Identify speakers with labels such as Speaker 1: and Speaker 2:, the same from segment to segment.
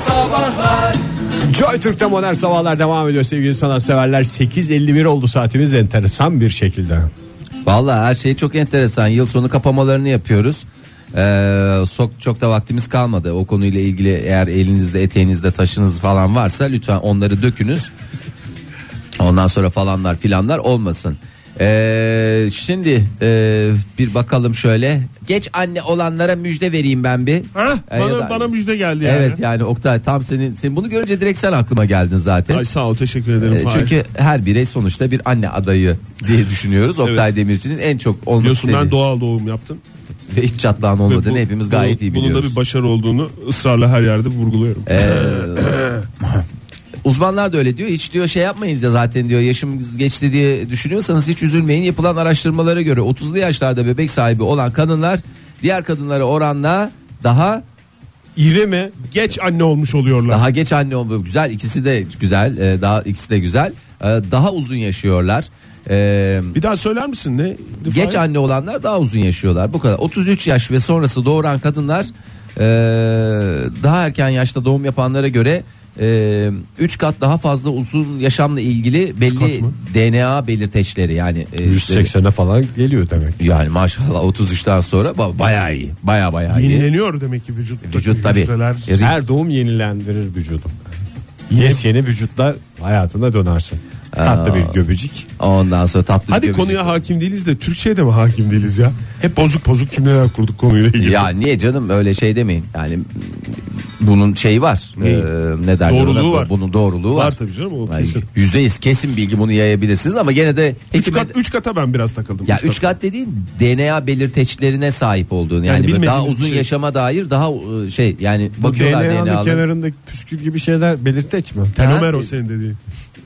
Speaker 1: Sabahlar
Speaker 2: Joy Türk'te modern sabahlar devam ediyor sevgili sanatseverler. 8.51 oldu saatimiz enteresan bir şekilde.
Speaker 3: Valla her şey çok enteresan. Yıl sonu kapamalarını yapıyoruz. Ee, çok, çok da vaktimiz kalmadı. O konuyla ilgili eğer elinizde eteğinizde taşınız falan varsa lütfen onları dökünüz. Ondan sonra falanlar filanlar olmasın. Ee, şimdi e, bir bakalım şöyle. Geç anne olanlara müjde vereyim ben bir.
Speaker 4: Ha?
Speaker 3: Ee,
Speaker 4: Bana,
Speaker 3: ya da-
Speaker 4: bana müjde geldi yani.
Speaker 3: Evet yani Oktay tam senin, senin bunu görünce direkt sen aklıma geldin zaten.
Speaker 4: Ay sağ ol teşekkür ederim.
Speaker 3: Ee,
Speaker 4: Fahir.
Speaker 3: Çünkü her birey sonuçta bir anne adayı diye düşünüyoruz. Oktay Demirci'nin en çok olmak
Speaker 4: biliyorsun ben
Speaker 3: istediği
Speaker 4: doğal doğum yaptım.
Speaker 3: ve hiç çatlağın
Speaker 4: Ve
Speaker 3: olmadığını
Speaker 4: bu-
Speaker 3: hepimiz gayet
Speaker 4: bunun-
Speaker 3: iyi biliyoruz. E,
Speaker 4: Bunun da bir başarı olduğunu ısrarla her yerde vurguluyorum.
Speaker 3: Uzmanlar da öyle diyor. Hiç diyor şey yapmayın da zaten diyor yaşımız geçti diye düşünüyorsanız hiç üzülmeyin. Yapılan araştırmalara göre 30'lu yaşlarda bebek sahibi olan kadınlar diğer kadınlara oranla daha
Speaker 2: İri mi?
Speaker 4: Geç anne olmuş oluyorlar.
Speaker 3: Daha geç anne oldu. Güzel ikisi de güzel. Ee, daha ikisi de güzel. Ee, daha uzun yaşıyorlar. Ee,
Speaker 4: Bir daha söyler misin ne?
Speaker 3: geç anne olanlar daha uzun yaşıyorlar. Bu kadar. 33 yaş ve sonrası doğuran kadınlar ee, daha erken yaşta doğum yapanlara göre 3 kat daha fazla uzun yaşamla ilgili belli DNA belirteçleri yani ee,
Speaker 2: 180'e falan geliyor demek.
Speaker 3: yani maşallah 33'ten sonra ba- bayağı iyi. Bayağı bayağı iyi.
Speaker 4: Yenileniyor demek ki vücut.
Speaker 3: Vücut tabii. E, ri-
Speaker 2: Her doğum yenilendirir vücudu. Yes yeni vücutla hayatına dönersin. Tatlı bir göbecik.
Speaker 3: Ondan sonra tatlı
Speaker 4: Hadi
Speaker 3: bir göbecik.
Speaker 4: konuya hakim değiliz de Türkçe'ye de mi hakim değiliz ya? Hep bozuk bozuk cümleler kurduk konuyla ilgili.
Speaker 3: Ya niye canım öyle şey demeyin. Yani bunun şeyi var.
Speaker 4: Neyi?
Speaker 3: Ee, ne derler?
Speaker 4: Doğruluğu
Speaker 3: ona?
Speaker 4: var.
Speaker 3: Bunun doğruluğu var.
Speaker 4: Var tabii canım, o
Speaker 3: Yani
Speaker 4: kesin.
Speaker 3: Yüzdeyiz kesin bilgi bunu yayabilirsiniz ama gene de
Speaker 4: üç,
Speaker 3: hekime-
Speaker 4: kat, üç kata ben biraz takıldım.
Speaker 3: ya üç kat dediğin DNA belirteçlerine sahip olduğunu yani, böyle daha
Speaker 4: bilmediğimiz
Speaker 3: uzun
Speaker 4: şey.
Speaker 3: yaşama dair daha e, şey yani
Speaker 2: Bu
Speaker 3: bakıyorlar
Speaker 2: DNA'nın
Speaker 3: DNA'lı.
Speaker 2: kenarındaki püskül gibi şeyler belirteç mi?
Speaker 4: Telomer o senin dediğin.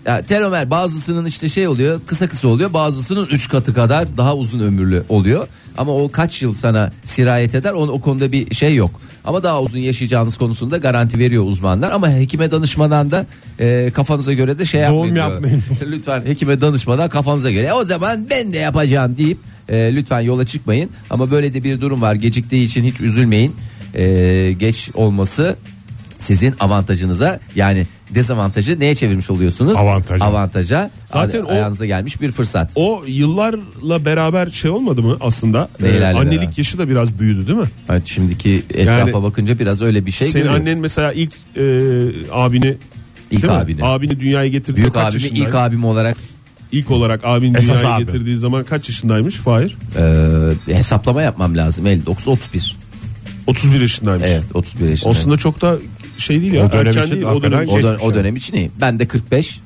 Speaker 3: Ya, telomer bazısının işte şey oluyor kısa kısa oluyor bazısının 3 katı kadar daha uzun ömürlü oluyor. Ama o kaç yıl sana sirayet eder onun, o konuda bir şey yok. Ama daha uzun yaşayacağınız konusunda garanti veriyor uzmanlar. Ama hekime danışmadan da e, kafanıza göre de şey
Speaker 2: Doğum
Speaker 3: yapmayın. diyor.
Speaker 2: yapmayın.
Speaker 3: lütfen hekime danışmadan kafanıza göre "E, o zaman ben de yapacağım deyip e, lütfen yola çıkmayın. Ama böyle de bir durum var geciktiği için hiç üzülmeyin. E, geç olması sizin avantajınıza yani dezavantajı neye çevirmiş oluyorsunuz?
Speaker 2: Avantaja.
Speaker 3: Avantaja.
Speaker 4: Zaten
Speaker 3: Zaten
Speaker 4: o-
Speaker 3: ayağınıza gelmiş bir fırsat.
Speaker 4: O yıllarla beraber şey olmadı mı aslında?
Speaker 3: Neylerle
Speaker 4: Ee, annelik
Speaker 3: beraber?
Speaker 4: yaşı da biraz büyüdü değil mi?
Speaker 3: Evet, şimdiki etrafa
Speaker 4: Yani-
Speaker 3: bakınca biraz öyle bir şey
Speaker 4: Senin
Speaker 3: görüyorum.
Speaker 4: annen mesela ilk e, abini
Speaker 3: İlk
Speaker 4: değil mi?
Speaker 3: abini.
Speaker 4: Abini dünyaya getirdiği
Speaker 3: Büyük
Speaker 4: kaç
Speaker 3: abimi
Speaker 4: yaşındaydı?
Speaker 3: ilk abim olarak
Speaker 4: İlk olarak abini
Speaker 2: Esas
Speaker 4: dünyaya
Speaker 2: abi.
Speaker 4: getirdiği zaman kaç yaşındaymış Fahir?
Speaker 3: e, hesaplama yapmam lazım. 59 31.
Speaker 4: 31 yaşındaymış.
Speaker 3: Evet 31 yaşında.
Speaker 4: Aslında çok da şey değil ya.
Speaker 2: O dönem
Speaker 4: erken
Speaker 2: için
Speaker 4: değil, o
Speaker 2: hakikaten
Speaker 4: dönem
Speaker 3: o, dön-
Speaker 2: geçmiş
Speaker 3: şey o dönem için iyi. Ben de 45.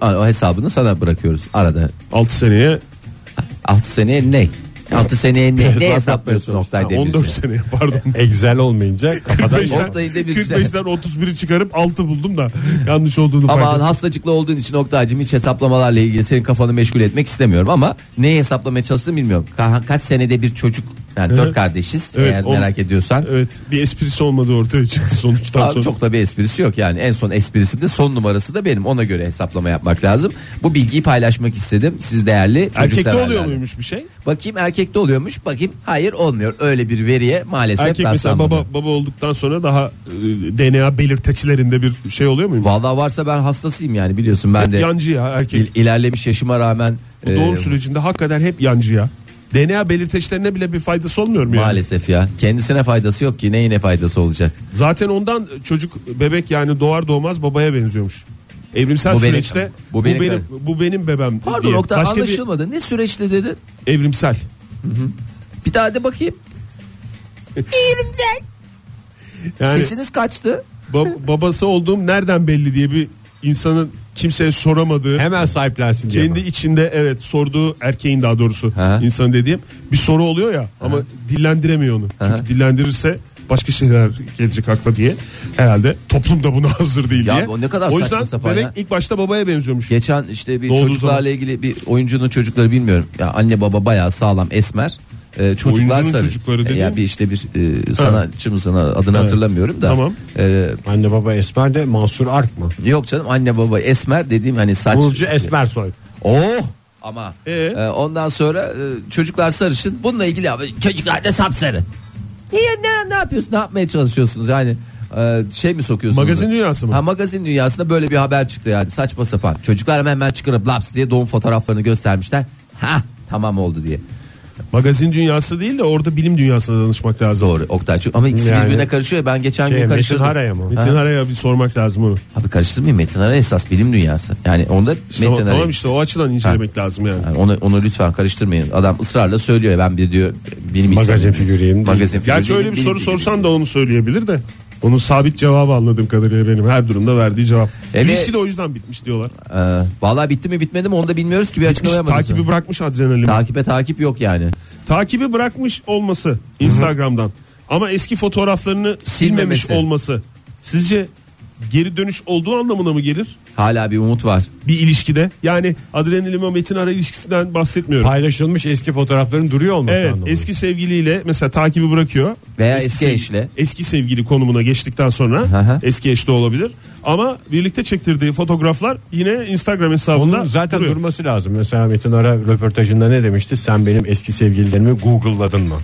Speaker 3: Aa, O hesabını sana bırakıyoruz. Arada
Speaker 4: 6 seneye
Speaker 3: 6 seneye ne? 6 seneye ne? ne
Speaker 2: Hesap
Speaker 3: hesaplıyorsun Oktay
Speaker 4: ha,
Speaker 3: Demirci?
Speaker 4: 14 seneye pardon.
Speaker 2: Egzel olmayınca kafadan
Speaker 4: 45'ten,
Speaker 3: Oktay'ın Demirci'den.
Speaker 4: 45'ten 31'i çıkarıp 6 buldum da yanlış olduğunu fark
Speaker 3: Ama
Speaker 4: ettim.
Speaker 3: hastacıklı olduğun için Oktay'cım hiç hesaplamalarla ilgili senin kafanı meşgul etmek istemiyorum ama neyi hesaplamaya çalıştığını bilmiyorum. Ka- kaç senede bir çocuk yani dört kardeşiz
Speaker 4: Evet,
Speaker 3: eğer
Speaker 4: on-
Speaker 3: merak ediyorsan.
Speaker 4: Evet bir esprisi olmadığı ortaya çıktı sonuçtan
Speaker 3: Abi
Speaker 4: sonra.
Speaker 3: çok da bir esprisi yok yani en son esprisi de son numarası da benim ona göre hesaplama yapmak lazım. Bu bilgiyi paylaşmak istedim siz değerli çocuk
Speaker 4: Erkekte
Speaker 3: severlerle.
Speaker 4: oluyor muymuş bir şey?
Speaker 3: Bakayım erkekte oluyormuş bakayım hayır olmuyor öyle bir veriye maalesef
Speaker 4: Erkek mesela
Speaker 3: rastlanmadı.
Speaker 4: baba baba olduktan sonra daha e, DNA belirteçlerinde bir şey oluyor muymuş?
Speaker 3: Vallahi varsa ben hastasıyım yani biliyorsun ben
Speaker 4: Hep
Speaker 3: de
Speaker 4: yancı ya erkek.
Speaker 3: il- ilerlemiş yaşıma rağmen
Speaker 4: Bu doğum
Speaker 3: e,
Speaker 4: sürecinde hakikaten hep yancı ya. DNA belirteçlerine bile bir faydası olmuyor mu yani?
Speaker 3: Maalesef ya. Kendisine faydası yok ki neyine faydası olacak?
Speaker 4: Zaten ondan çocuk bebek yani doğar doğmaz babaya benziyormuş. Evrimsel
Speaker 3: Bu benim-
Speaker 4: süreçte bu
Speaker 3: bu
Speaker 4: benim
Speaker 3: benim-
Speaker 4: bu benim, bebem
Speaker 3: Pardon
Speaker 4: diye.
Speaker 3: Oktay
Speaker 4: Başka bir
Speaker 3: anlaşılmadı. Ne süreçte dedi?
Speaker 4: evrimsel.
Speaker 3: Bir daha de bakayım.
Speaker 4: Yani
Speaker 3: Sesiniz kaçtı.
Speaker 4: ba- babası olduğum nereden belli diye bir insanın kimseye soramadığı
Speaker 2: hemen sahiplensin diye.
Speaker 4: kendi içinde evet sorduğu erkeğin daha doğrusu
Speaker 3: Hı hı.
Speaker 4: insan dediğim bir soru oluyor ya ama dillendiremiyor onu. Çünkü dillendirirse başka şeyler gelecek akla diye herhalde toplum da buna hazır değil
Speaker 3: Ya
Speaker 4: diye.
Speaker 3: bu ne kadar
Speaker 4: o
Speaker 3: saçma
Speaker 4: yüzden
Speaker 3: sapan
Speaker 4: bebek
Speaker 3: ya.
Speaker 4: ilk başta babaya benziyormuş.
Speaker 3: Geçen işte bir
Speaker 4: Doğduğu
Speaker 3: çocuklarla
Speaker 4: zaman.
Speaker 3: ilgili bir oyuncunun çocukları bilmiyorum. Ya anne baba bayağı sağlam esmer. Ee, çocuklar
Speaker 4: Oyuncunun
Speaker 3: sarı.
Speaker 4: çocukları
Speaker 3: Ee,
Speaker 4: dediğin-
Speaker 3: ya bir işte bir e, sanatçı mı sana adını hatırlamıyorum da.
Speaker 4: Tamam.
Speaker 3: Ee,
Speaker 2: Anne baba Esmer de Mansur Ark mı?
Speaker 3: yok canım anne baba esmer dediğim hani saç.
Speaker 2: Burcu Esmersoy.
Speaker 3: Oh ama
Speaker 4: Ee?
Speaker 3: Ee, ondan sonra e, çocuklar sarışın bununla ilgili abi çocuklar da sapsarı. Niye ne, ne yapıyorsun ne yapmaya çalışıyorsunuz yani e, şey mi sokuyorsunuz?
Speaker 4: Magazin dünyası mı?
Speaker 3: Ha magazin dünyasında böyle bir haber çıktı yani saçma sapan. Çocuklar hemen hemen çıkarıp laps diye doğum fotoğraflarını göstermişler. Ha tamam oldu diye.
Speaker 4: Magazin dünyası değil de orada bilim dünyasına danışmak lazım.
Speaker 3: Doğru Oktay çünkü ama ikisi
Speaker 4: Yani-
Speaker 3: birbirine karışıyor. ya. Ben geçen
Speaker 2: Şey,
Speaker 3: gün
Speaker 2: Metin
Speaker 3: karıştırdım.
Speaker 2: Haraya mı?
Speaker 4: Metin Araya bir sormak lazım onu.
Speaker 3: Abi karıştırmayayım Metin Ara esas bilim dünyası. Yani onda
Speaker 4: İşte
Speaker 3: Metin Ara.
Speaker 4: tamam işte o açıdan incelemek lazım yani.
Speaker 3: Yani onu, onu lütfen karıştırmayın. Adam ısrarla söylüyor. Ben bir diyor bilim insanı.
Speaker 2: Magazin figürüyüm.
Speaker 3: Magazin figürü
Speaker 4: Gerçi
Speaker 3: değilim,
Speaker 4: öyle bir
Speaker 3: bilim
Speaker 4: soru
Speaker 3: figürüyüm.
Speaker 4: sorsan da onu söyleyebilir de. Onun sabit cevabı anladığım kadarıyla benim her durumda verdiği cevap.
Speaker 3: Evet.
Speaker 4: İlişki de o yüzden bitmiş diyorlar.
Speaker 3: Ee, vallahi bitti mi bitmedi mi onu da bilmiyoruz ki bir açıklama
Speaker 4: Hiç
Speaker 3: yapmadık.
Speaker 4: takibi bırakmış adrenalin.
Speaker 3: Takibe takip yok yani.
Speaker 4: takibi bırakmış olması Instagram'dan ama eski fotoğraflarını silmemiş
Speaker 3: Silmemesi.
Speaker 4: olması sizce geri dönüş olduğu anlamına mı gelir?
Speaker 3: Hala bir umut var.
Speaker 4: Bir ilişkide yani adrenalin ve Metin Ara ilişkisinden bahsetmiyorum.
Speaker 2: Paylaşılmış eski fotoğrafların duruyor olması
Speaker 4: Evet
Speaker 2: anlamında.
Speaker 4: eski sevgiliyle mesela takibi bırakıyor.
Speaker 3: Veya eski
Speaker 4: sev-
Speaker 3: eşle.
Speaker 4: Eski sevgili konumuna geçtikten sonra
Speaker 3: Hı hı.
Speaker 4: eski eş de olabilir. Ama birlikte çektirdiği fotoğraflar yine Instagram hesabında
Speaker 2: Onun zaten
Speaker 4: duruyor.
Speaker 2: durması lazım. Mesela Metin Ara röportajında ne demişti? Sen benim eski sevgililerimi Google'ladın mı?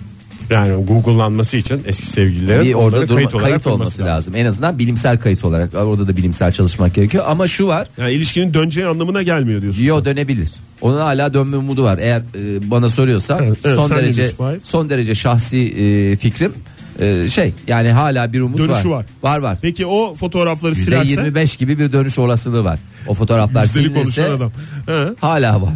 Speaker 2: Yani Google'lanması için eski sevgililerin
Speaker 3: bir
Speaker 2: onları
Speaker 3: orada durma, kayıt,
Speaker 2: olarak durması
Speaker 3: olması lazım. En azından bilimsel kayıt olarak. Orada da bilimsel çalışmak gerekiyor. Ama şu var.
Speaker 4: Yani ilişkinin döneceği anlamına gelmiyor diyorsun.
Speaker 3: Yo dönebilir. Onun hala dönme umudu var. Eğer e, bana soruyorsan
Speaker 4: Evet, evet,
Speaker 3: son
Speaker 4: sen
Speaker 3: derece
Speaker 4: bilirsin, Fahir.
Speaker 3: son derece şahsi e, fikrim e, şey yani hala bir umut
Speaker 4: Dönüşü var.
Speaker 3: Var var.
Speaker 4: Peki o fotoğrafları
Speaker 3: Yüzde
Speaker 4: silerse
Speaker 3: 25 gibi bir dönüş olasılığı var. O fotoğraflar
Speaker 4: Üstelik
Speaker 3: silinirse
Speaker 4: konuşan adam. He.
Speaker 3: hala var.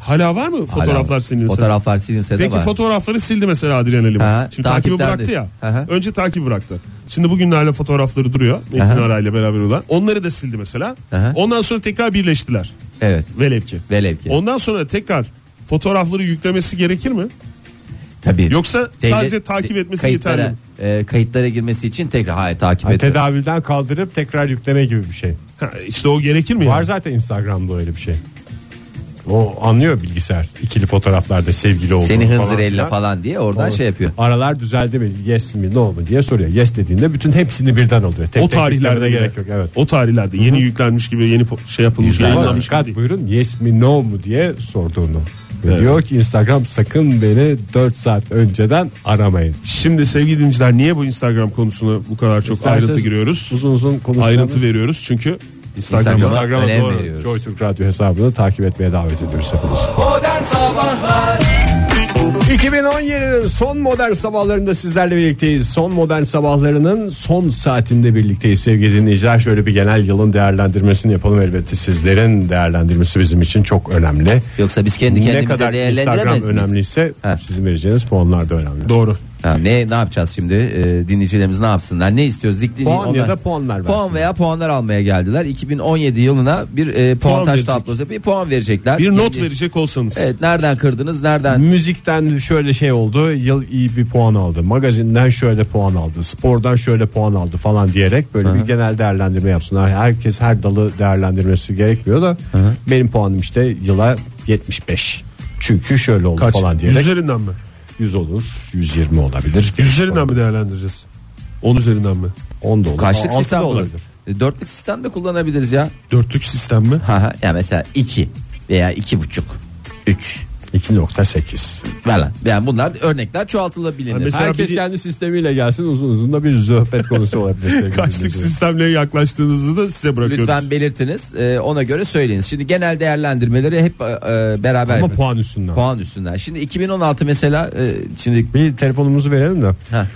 Speaker 4: Hala var mı
Speaker 3: Hala
Speaker 4: fotoğraflar
Speaker 3: var.
Speaker 4: silinirse?
Speaker 3: Fotoğraflar silinse de
Speaker 4: Peki
Speaker 3: var.
Speaker 4: fotoğrafları sildi mesela Adrian Lim.
Speaker 3: Ha,
Speaker 4: Şimdi takibi
Speaker 3: takipten
Speaker 4: bıraktı
Speaker 3: de-
Speaker 4: ya.
Speaker 3: Hı hı.
Speaker 4: Önce takibi bıraktı. Şimdi bugünlerle fotoğrafları duruyor. Metin
Speaker 3: hı.
Speaker 4: Ara ile beraber olan. Onları da sildi mesela.
Speaker 3: Hı hı.
Speaker 4: Ondan sonra tekrar birleştiler.
Speaker 3: evet.
Speaker 4: Velev ki.
Speaker 3: Velev ki.
Speaker 4: Ondan sonra tekrar fotoğrafları yüklemesi gerekir mi?
Speaker 3: Tabii.
Speaker 4: Yoksa sadece takip etmesi
Speaker 3: kayıtlara,
Speaker 4: yeterli mi?
Speaker 3: e, kayıtlara girmesi için tekrar hayır takip
Speaker 2: Yani
Speaker 3: et.
Speaker 2: tedavülden kaldırıp tekrar yükleme gibi bir şey.
Speaker 4: Ha, işte o gerekir mi?
Speaker 2: Var
Speaker 4: yani?
Speaker 2: zaten Instagram'da öyle bir şey. O anlıyor bilgisayar. İkili fotoğraflarda sevgili olduğunu
Speaker 3: Seni
Speaker 2: falan
Speaker 3: hınzır elle
Speaker 2: filan.
Speaker 3: falan diye oradan
Speaker 2: Doğru.
Speaker 3: şey yapıyor.
Speaker 2: Aralar düzeldi mi? Yes mi? No mu diye soruyor. Yes dediğinde bütün hepsini birden alıyor. Tek
Speaker 4: O
Speaker 2: tek
Speaker 4: tarihlerde
Speaker 2: yüklemene
Speaker 4: gerek
Speaker 2: gerek
Speaker 4: yok.
Speaker 2: Evet.
Speaker 4: O tarihlerde yeni yüklenmiş gibi yeni po- şey yapılmış
Speaker 3: Yüzler
Speaker 2: Ama
Speaker 4: yayınlanmış gibi
Speaker 2: dikkat
Speaker 4: değil.
Speaker 2: buyurun yes mi no mu diye sorduğunu. Ve Diyor ki Instagram sakın beni 4 saat önceden aramayın.
Speaker 4: Şimdi sevgili dinleyiciler niye bu Instagram konusuna bu kadar çok
Speaker 2: İsterseniz
Speaker 4: ayrıntı giriyoruz?
Speaker 2: Uzun uzun konuşalım.
Speaker 4: Ayrıntı veriyoruz çünkü Instagram'da
Speaker 3: Instagram'a
Speaker 2: Instagram'a
Speaker 3: önem
Speaker 2: doğru
Speaker 3: veriyoruz.
Speaker 2: Joy Türk Radyo hesabını takip etmeye davet ediyoruz hepinizi. 2017'nin son modern sabahlarında sizlerle birlikteyiz. Son modern sabahlarının son saatinde birlikteyiz sevgili dinleyiciler. Şöyle bir genel yılın değerlendirmesini yapalım elbette. Sizlerin değerlendirmesi bizim için çok önemli.
Speaker 3: Yoksa biz kendi
Speaker 2: ne
Speaker 3: kendimize
Speaker 2: kadar Instagram
Speaker 3: değerlendiremeyiz miyiz?
Speaker 2: önemliyse
Speaker 3: Ha.
Speaker 2: sizin vereceğiniz puanlar da önemli.
Speaker 4: Doğru.
Speaker 3: Ha, ne ne yapacağız şimdi? Ee, dinleyicilerimiz ne yapsınlar? Ne istiyoruz? Dik, din-
Speaker 2: Puan ya da puanlar
Speaker 3: Puan
Speaker 2: versinler.
Speaker 3: veya puanlar almaya geldiler. 2017 yılına bir e, puantaj
Speaker 4: verecek.
Speaker 3: tablosu bir puan verecekler.
Speaker 4: Bir not
Speaker 3: Kendi-
Speaker 4: verecek olsanız.
Speaker 3: Evet nereden kırdınız? Nereden?
Speaker 2: Müzikten şöyle şey oldu. Yıl iyi bir puan aldı. Magazinden şöyle puan aldı. Spordan şöyle puan aldı falan diyerek böyle bir genel değerlendirme yapsınlar. Herkes her dalı değerlendirmesi gerekmiyor da benim puanım işte yıla 75. Çünkü şöyle oldu
Speaker 4: Kaç?
Speaker 2: falan diyerek 100,
Speaker 4: Üzerinden mi?
Speaker 2: olur, 120 olabilir.
Speaker 4: Üzerinden mi değerlendireceğiz? 10 üzerinden mi?
Speaker 2: 10 da olur.
Speaker 3: Kaçlık
Speaker 2: altı da
Speaker 3: sistem olur?
Speaker 2: olabilir.
Speaker 3: E, Dörtlük sistem de kullanabiliriz ya.
Speaker 4: Dörtlük sistem mi?
Speaker 3: Ha ha. ya mesela 2 veya iki buçuk, 3
Speaker 2: 2.8.
Speaker 3: falan. Yani bunlar örnekler çoğaltılabilir.
Speaker 4: Ha, mesela
Speaker 2: Herkes
Speaker 4: bir-
Speaker 2: kendi sistemiyle gelsin uzun uzun da bir zöhbet konusu olabilir. sevgili
Speaker 4: Kaçlık
Speaker 2: dinleyiciler.
Speaker 4: sistemle yaklaştığınızı da size bırakıyoruz.
Speaker 3: Lütfen belirtiniz. e, ona göre söyleyiniz. Şimdi genel değerlendirmeleri hep e, e, beraber
Speaker 2: Ama
Speaker 3: yapıyoruz.
Speaker 2: puan üstünden.
Speaker 3: puan üstünden. Şimdi 2016 mesela e, şimdi
Speaker 2: Bir telefonumuzu verelim de.
Speaker 3: Ha.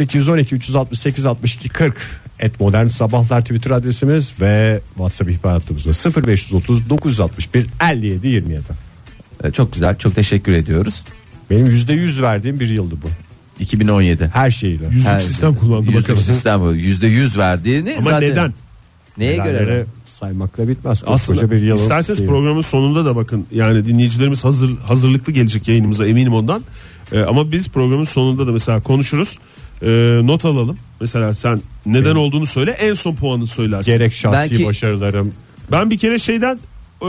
Speaker 2: 0212 368 62 40 et modern sabahlar Twitter adresimiz ve WhatsApp ihbar hattımızda 0530 961 57 27.
Speaker 3: e, çok güzel. Çok teşekkür ediyoruz.
Speaker 2: Benim %100 verdiğim bir yıldı bu.
Speaker 3: 2017.
Speaker 2: Her şeyle.
Speaker 4: Yüzlük
Speaker 3: Her-
Speaker 4: sistem kullandı
Speaker 3: Yüzde
Speaker 4: bakalım.
Speaker 3: sistem bu. Yüzde yüz verdiğini
Speaker 4: Ama
Speaker 3: zaten-
Speaker 4: neden?
Speaker 3: Neye göre?
Speaker 2: Nedenleri saymakla bitmez. Koskoca
Speaker 4: Aslında
Speaker 2: bir yılın
Speaker 4: isterseniz
Speaker 2: şeyi.
Speaker 4: programın sonunda da bakın yani dinleyicilerimiz hazır hazırlıklı gelecek yayınımıza eminim ondan. Ee, ama biz programın sonunda da mesela konuşuruz. Ee, not alalım. Mesela sen neden olduğunu söyle en son puanı söylersin.
Speaker 2: gerek şahsi
Speaker 3: Belki-
Speaker 2: başarılarım
Speaker 4: Ben bir kere şeyden ee,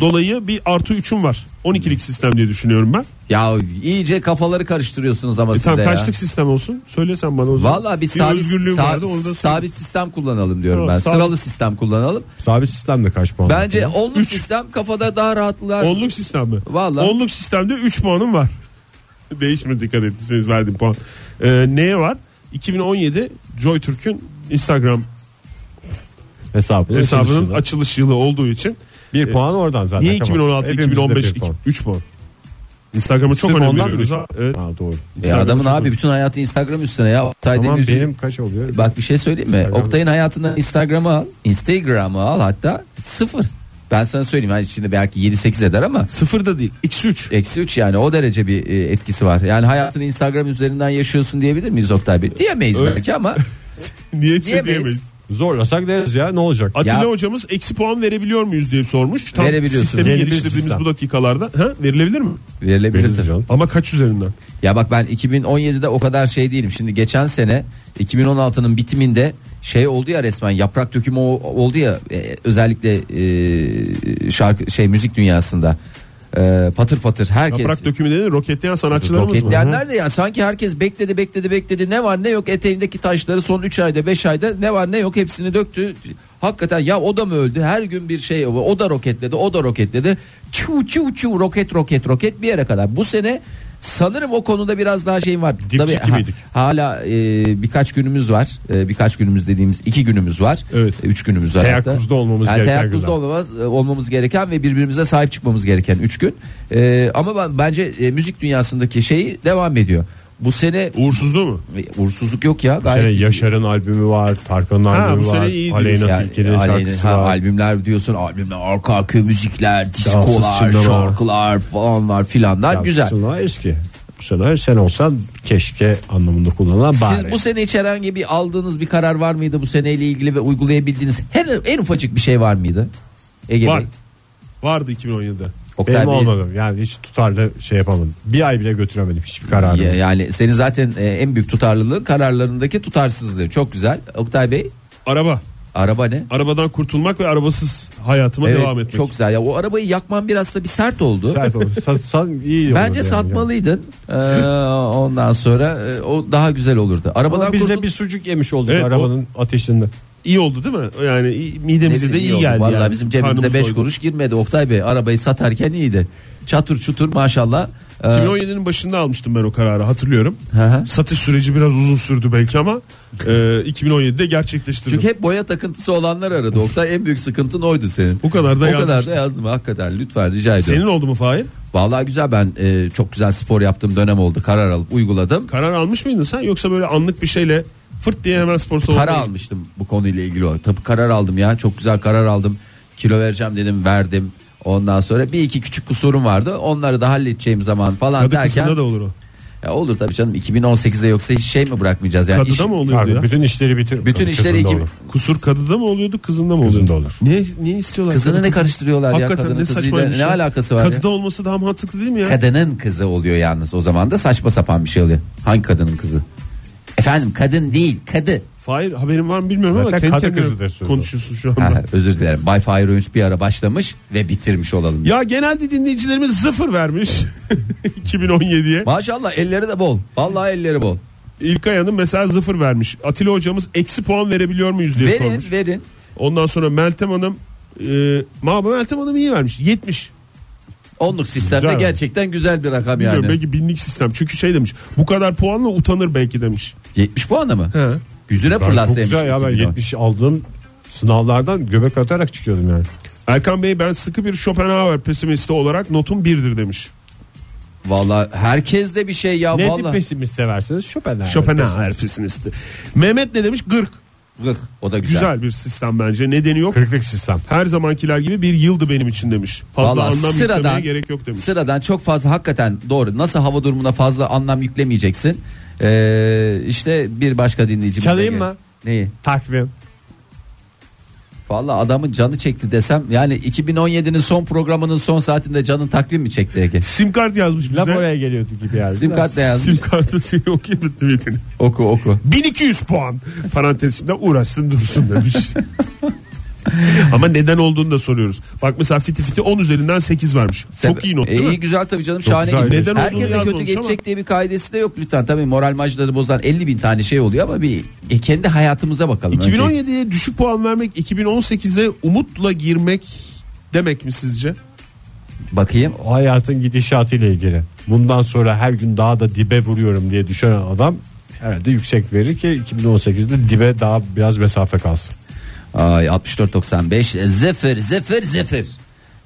Speaker 4: dolayı bir artı üçüm var. 12'lik sistem diye düşünüyorum ben.
Speaker 3: Ya iyice kafaları karıştırıyorsunuz ama
Speaker 4: E
Speaker 3: siz
Speaker 4: tamam
Speaker 3: de
Speaker 4: kaçlık
Speaker 3: ya.
Speaker 4: sistem olsun? Söylesen bana o zaman.
Speaker 3: Valla bir
Speaker 4: bir
Speaker 3: sabit,
Speaker 4: özgürlüğüm
Speaker 3: sabit-
Speaker 4: vardı onu da
Speaker 3: sabit sistem kullanalım diyorum
Speaker 4: Tamam,
Speaker 3: ben.
Speaker 4: sabit.
Speaker 3: Sıralı sistem kullanalım.
Speaker 2: sabit sistemle kaç puan?
Speaker 3: Bence onluk sistem kafada daha rahatlar. E,
Speaker 4: Onluk sistem mi?
Speaker 3: Vallahi.
Speaker 4: Onluk sistemde 3 puanım var. Değişmedi dikkat ettiyseniz verdiğim puan. Ee, neye var? 2017 Joy Türk'ün Instagram
Speaker 2: Hesabının,
Speaker 4: hesabının
Speaker 2: açılışında.
Speaker 4: açılış yılı olduğu için
Speaker 2: bir puan oradan zaten.
Speaker 4: E, niye
Speaker 2: tamam.
Speaker 4: 2016
Speaker 2: Hepimizde
Speaker 4: 2015
Speaker 2: bir puan.
Speaker 4: 3 puan. Instagram'a çok
Speaker 2: Sırf
Speaker 4: önem
Speaker 2: ondan
Speaker 4: veriyoruz.
Speaker 2: üç
Speaker 4: ha.
Speaker 2: puan.
Speaker 4: Evet.
Speaker 2: Ha, doğru.
Speaker 3: E
Speaker 4: Instagram'a
Speaker 3: adamın
Speaker 4: çok
Speaker 3: abi bütün hayatı Instagram üstüne ya. Oktay
Speaker 2: Tamam
Speaker 3: Demirci-
Speaker 2: benim kaç oluyor?
Speaker 3: Bak bir şey söyleyeyim mi?
Speaker 2: Instagram.
Speaker 3: Oktay'ın hayatından Instagram'ı al. Instagram'ı al hatta sıfır. Ben sana söyleyeyim. Yani şimdi belki 7-8 eder ama
Speaker 4: Sıfır da değil. Eksi 3.
Speaker 3: eksi 3 yani o derece bir e, etkisi var. Yani hayatını Instagram üzerinden yaşıyorsun diyebilir miyiz Oktay Bey? Diyemeyiz
Speaker 4: Öyle.
Speaker 3: belki ama
Speaker 4: Niye
Speaker 3: Diyemeyiz.
Speaker 4: diyemeyiz.
Speaker 2: Zorlasak deriz ya ne olacak?
Speaker 4: Atilla
Speaker 3: Ya-
Speaker 4: hocamız eksi puan verebiliyor muyuz diye sormuş. Tam
Speaker 3: Verebiliyorsun.
Speaker 4: sistemi
Speaker 2: Verilebilir
Speaker 4: geliştirdiğimiz
Speaker 2: sistem.
Speaker 4: bu dakikalarda. Ha? Verilebilir mi?
Speaker 3: verilebilir.
Speaker 2: Veririz canım.
Speaker 4: Ama kaç üzerinden?
Speaker 3: Ya bak ben 2017'de o kadar şey değilim. Şimdi geçen sene 2016'nın bitiminde şey oldu ya resmen yaprak dökümü o- oldu ya e, özellikle e, şarkı şey müzik dünyasında E, patır patır herkes
Speaker 4: Yaprak dökümü dedi roketleyen sanatçılarımız mı?
Speaker 3: Roketleyenler de yani sanki herkes bekledi bekledi bekledi ne var ne yok eteğindeki taşları son 3 ayda 5 ayda ne var ne yok hepsini döktü. Hakikaten ya o da mı öldü her gün bir şey o da roketledi o da roketledi çu çu çu roket roket roket bir yere kadar. Bu sene sanırım o konuda biraz daha şeyim var.
Speaker 2: Dipçik gibiydik.
Speaker 3: hala e, birkaç günümüz var E, birkaç günümüz dediğimiz iki günümüz var.
Speaker 2: Evet.
Speaker 3: 3 günümüz var. hatta.
Speaker 2: Teyakkuzda olmamız
Speaker 3: yani
Speaker 2: gereken
Speaker 3: teyakkuzda
Speaker 2: günler.
Speaker 3: olmamız, e, olmamız gereken ve birbirimize sahip çıkmamız gereken 3 gün. Ee, ama ben bence e, müzik dünyasındaki şey devam ediyor. Bu sene
Speaker 4: Uğursuzluğu mu?
Speaker 3: uğursuzluk yok ya
Speaker 2: Bir
Speaker 3: gayet.
Speaker 2: sene Şey, Yaşar'ın albümü var, Tarkan'ın
Speaker 4: bu
Speaker 2: albümü
Speaker 4: sene
Speaker 2: var,
Speaker 4: iyi
Speaker 2: Aleyna
Speaker 3: Yani
Speaker 2: Tilki'nin
Speaker 3: aleyhine-
Speaker 2: şarkısı
Speaker 3: ha,
Speaker 2: var.
Speaker 3: albümler diyorsun albümler arka arka müzikler
Speaker 2: Çınlar
Speaker 3: diskolar
Speaker 2: var.
Speaker 3: şarkılar falanlar filanlar
Speaker 2: Ya,
Speaker 3: güzel.
Speaker 2: Sıla eski. Bu sene sen olsan keşke anlamında kullanılan bari.
Speaker 3: Siz bu sene hiç herhangi bir aldığınız bir karar var mıydı bu seneyle ilgili ve uygulayabildiğiniz her en ufacık bir şey var mıydı? Ege
Speaker 4: Var.
Speaker 3: Bey,
Speaker 4: Vardı 2017'de.
Speaker 3: Oktay
Speaker 2: Benim
Speaker 3: Bey.
Speaker 2: olmadım. Yani hiç tutarlı şey yapamadım. Bir ay bile götüremedim hiçbir kararımı.
Speaker 3: Ya- Yani senin zaten e, en büyük tutarlılığın kararlarındaki tutarsızlığı. Çok güzel. Oktay Bey
Speaker 4: Araba.
Speaker 3: araba ne?
Speaker 4: Arabadan kurtulmak ve arabasız hayatıma
Speaker 3: Evet,
Speaker 4: devam etmek.
Speaker 3: çok güzel. Ya o arabayı yakman biraz da bir sert oldu.
Speaker 2: Sert olur. Satsan iyi olur.
Speaker 3: Bence
Speaker 2: yani.
Speaker 3: satmalıydın. Ee, ondan sonra e, o daha güzel olurdu.
Speaker 2: Ama
Speaker 3: Arabadan
Speaker 2: biz de
Speaker 3: kurtul-
Speaker 2: bir sucuk yemiş olduk
Speaker 4: Evet,
Speaker 2: arabanın ateşinde.
Speaker 4: İyi oldu değil mi? Yani iyi- midemize
Speaker 3: Ne-
Speaker 4: de iyi,
Speaker 3: oldu.
Speaker 4: geldi.
Speaker 3: Vallahi
Speaker 4: yani.
Speaker 3: bizim cebimize
Speaker 4: Karnımız
Speaker 3: 5
Speaker 4: doydu.
Speaker 3: kuruş girmedi Oktay Bey. Arabayı satarken iyiydi. Çatır çutur maşallah. Ee,
Speaker 4: 2017'nin başında almıştım ben o kararı hatırlıyorum.
Speaker 3: Hı hı.
Speaker 4: Satış süreci biraz uzun sürdü belki ama e, 2017'de gerçekleştirdim.
Speaker 3: Çünkü hep boya takıntısı olanlar aradı Oktay. En büyük sıkıntın oydu senin.
Speaker 4: Bu kadar da
Speaker 3: o
Speaker 4: yazmıştım.
Speaker 3: kadar da yazdım hakikaten. Lütfen rica ediyorum.
Speaker 4: Senin oldu mu Fahir?
Speaker 3: Vallahi güzel ben e, çok güzel spor yaptığım dönem oldu. Karar alıp uyguladım.
Speaker 4: Karar almış mıydın sen yoksa böyle anlık bir şeyle fırt diye hemen spor salonuna
Speaker 3: Para almıştım bu konuyla ilgili. olarak. Tabii karar aldım ya. Çok güzel karar aldım. Kilo vereceğim dedim, verdim. Ondan sonra bir iki küçük kusurum vardı. Onları da halledeceğim zaman falan
Speaker 4: Kadı
Speaker 3: derken.
Speaker 4: kısmında da olur o.
Speaker 3: Ya olur tabii canım 2018'de yoksa hiç şey mi bırakmayacağız yani.
Speaker 4: Kadıda
Speaker 3: iş-
Speaker 4: mı oluyordu
Speaker 2: Abi,
Speaker 4: ya?
Speaker 2: bütün işleri bitir.
Speaker 3: Bütün işleri
Speaker 2: Kızında
Speaker 3: iki-
Speaker 2: olur.
Speaker 4: Kusur kadıda mı oluyordu kızında mı oluyordu?
Speaker 2: Kızında olur.
Speaker 4: Niye, niye istiyorlar?
Speaker 3: Kızını ne karıştırıyorlar ya
Speaker 4: Hakikaten
Speaker 3: kadının
Speaker 4: ne
Speaker 3: kızıyla
Speaker 4: saçma şey.
Speaker 3: ne alakası var
Speaker 4: Kadıda
Speaker 3: ya?
Speaker 4: olması daha mantıklı değil mi ya?
Speaker 3: Kadının kızı oluyor yalnız o zaman da saçma sapan bir şey oluyor. Hangi kadının kızı? Efendim kadın değil kadı.
Speaker 4: Fahir haberin var mı bilmiyorum ama
Speaker 2: Zaten
Speaker 4: kendi
Speaker 2: kadı
Speaker 4: kendine
Speaker 2: kızıdır sözü.
Speaker 4: konuşuyorsun şu anda.
Speaker 3: Ha, özür dilerim. Bay Fire Öğünç bir ara başlamış ve bitirmiş olalım.
Speaker 4: Ya genelde dinleyicilerimiz sıfır vermiş 2017'ye.
Speaker 3: Maşallah elleri de bol. Vallahi elleri bol.
Speaker 4: İlkay Hanım mesela sıfır vermiş. Atilla hocamız eksi puan verebiliyor muyuz diye
Speaker 3: Verin
Speaker 4: sormuş.
Speaker 3: verin.
Speaker 4: Ondan sonra Meltem Hanım e, Maba Meltem Hanım iyi vermiş. 70.
Speaker 3: Onluk sistemde
Speaker 2: Güzel mi?
Speaker 3: gerçekten güzel bir rakam
Speaker 4: Bilmiyorum
Speaker 3: yani.
Speaker 4: belki binlik sistem. Çünkü şey demiş. Bu kadar puanla utanır belki demiş.
Speaker 3: 70 puan mı?
Speaker 4: He.
Speaker 3: Yüzüne
Speaker 2: Ben çok
Speaker 3: fırlatsaymış.
Speaker 2: güzel ya ben 70 aldığım sınavlardan göbek atarak çıkıyordum yani.
Speaker 4: Erkan Bey ben sıkı bir Schopenhauer pesimisti olarak notum 1'dir demiş.
Speaker 3: Valla herkes de bir şey ya
Speaker 2: Ne tip
Speaker 3: valla.
Speaker 2: pesimist seversiniz? Schopenhauer.
Speaker 4: Schopenhauer pesimisti. Mehmet ne demiş? 40.
Speaker 3: Vıh, O da güzel.
Speaker 4: Güzel bir sistem bence. Nedeni yok.
Speaker 2: Kırklık sistem.
Speaker 4: Her zamankiler gibi bir yıldı benim için demiş. Fazla
Speaker 3: Valla
Speaker 4: anlam
Speaker 3: sıradan,
Speaker 4: yüklemeye gerek yok demiş.
Speaker 3: sıradan çok fazla hakikaten doğru. Nasıl hava durumuna fazla anlam yüklemeyeceksin. Ee, işte bir başka dinleyicimiz. de
Speaker 2: Çalayım
Speaker 3: gel-
Speaker 2: mı?
Speaker 3: Neyi?
Speaker 2: Takvim.
Speaker 3: Valla adamın canı çekti desem yani 2017'nin son programının son saatinde canın takvim mi çekti Ege?
Speaker 4: Sim kart yazmış bize.
Speaker 2: Laf oraya geliyordu gibi yani.
Speaker 3: Sim kart ne yazmış?
Speaker 4: Sim kartı seni okuyamadım metini.
Speaker 3: Oku oku.
Speaker 4: 1200 puan parantezinde uğraşsın dursun demiş. Ama neden olduğunu da soruyoruz. Bak mesela Fiti Fiti 10 üzerinden 8 vermiş. Çok iyi not
Speaker 3: E,
Speaker 4: değil
Speaker 3: iyi,
Speaker 4: mi?
Speaker 3: güzel tabii canım şahane.
Speaker 2: güzel.
Speaker 3: gidiyor.
Speaker 4: Neden olduğunu
Speaker 3: Herkese kötü
Speaker 4: yazmamış
Speaker 3: geçecek
Speaker 4: ama.
Speaker 3: diye bir kaidesi de yok lütfen. Tabii moral majları bozan 50 bin tane şey oluyor ama bir e, kendi hayatımıza bakalım. önce.
Speaker 4: 2017'ye düşük puan vermek 2018'e umutla girmek demek mi sizce?
Speaker 3: Bakayım.
Speaker 2: Hayatın gidişatıyla ilgili. Bundan sonra her gün daha da dibe vuruyorum diye düşünen adam herhalde yüksek verir ki 2018'de dibe daha biraz mesafe kalsın.
Speaker 3: Ay 64.95 Zephyr Zephyr Zephyr.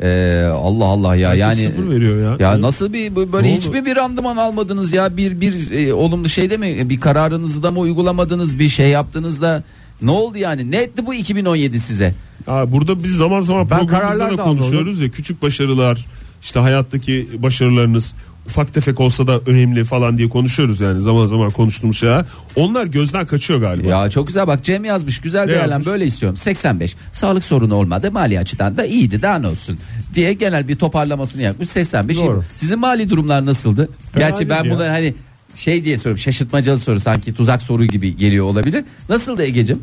Speaker 3: Ee, Allah Allah ya
Speaker 4: Herkes
Speaker 3: yani
Speaker 4: sıfır veriyor ya.
Speaker 3: Ya nasıl bir bu- böyle
Speaker 4: Ne
Speaker 3: hiç
Speaker 4: oldu?
Speaker 3: mi bir randıman almadınız ya bir bir e, olumlu şeyde mi bir kararınızı da mı uygulamadınız bir şey yaptınız da ne oldu yani ne etti bu 2017 size?
Speaker 4: Aa, burada biz zaman zaman
Speaker 2: Ben
Speaker 4: programımızda
Speaker 2: kararlar
Speaker 4: da
Speaker 2: da aldım.
Speaker 4: konuşuyoruz ya küçük başarılar işte hayattaki başarılarınız ufak tefek olsa da önemli falan diye konuşuyoruz yani zaman zaman konuştuğumuz şeyler. Onlar gözden kaçıyor galiba.
Speaker 3: Ya çok güzel bak Cem yazmış güzel bir
Speaker 4: Ne
Speaker 3: yerden
Speaker 4: yazmış?
Speaker 3: böyle istiyorum 85 sağlık sorunu olmadı mali açıdan da iyiydi daha ne olsun diye genel bir toparlamasını yapmış 85
Speaker 2: Doğru.
Speaker 3: Şimdi Sizin mali durumlar nasıldı?
Speaker 2: Fena
Speaker 3: Gerçi ben
Speaker 2: değil ya.
Speaker 3: bunları hani şey diye soruyorum şaşırtmacalı soru sanki tuzak soru gibi geliyor olabilir. Nasıldı Ege'cim?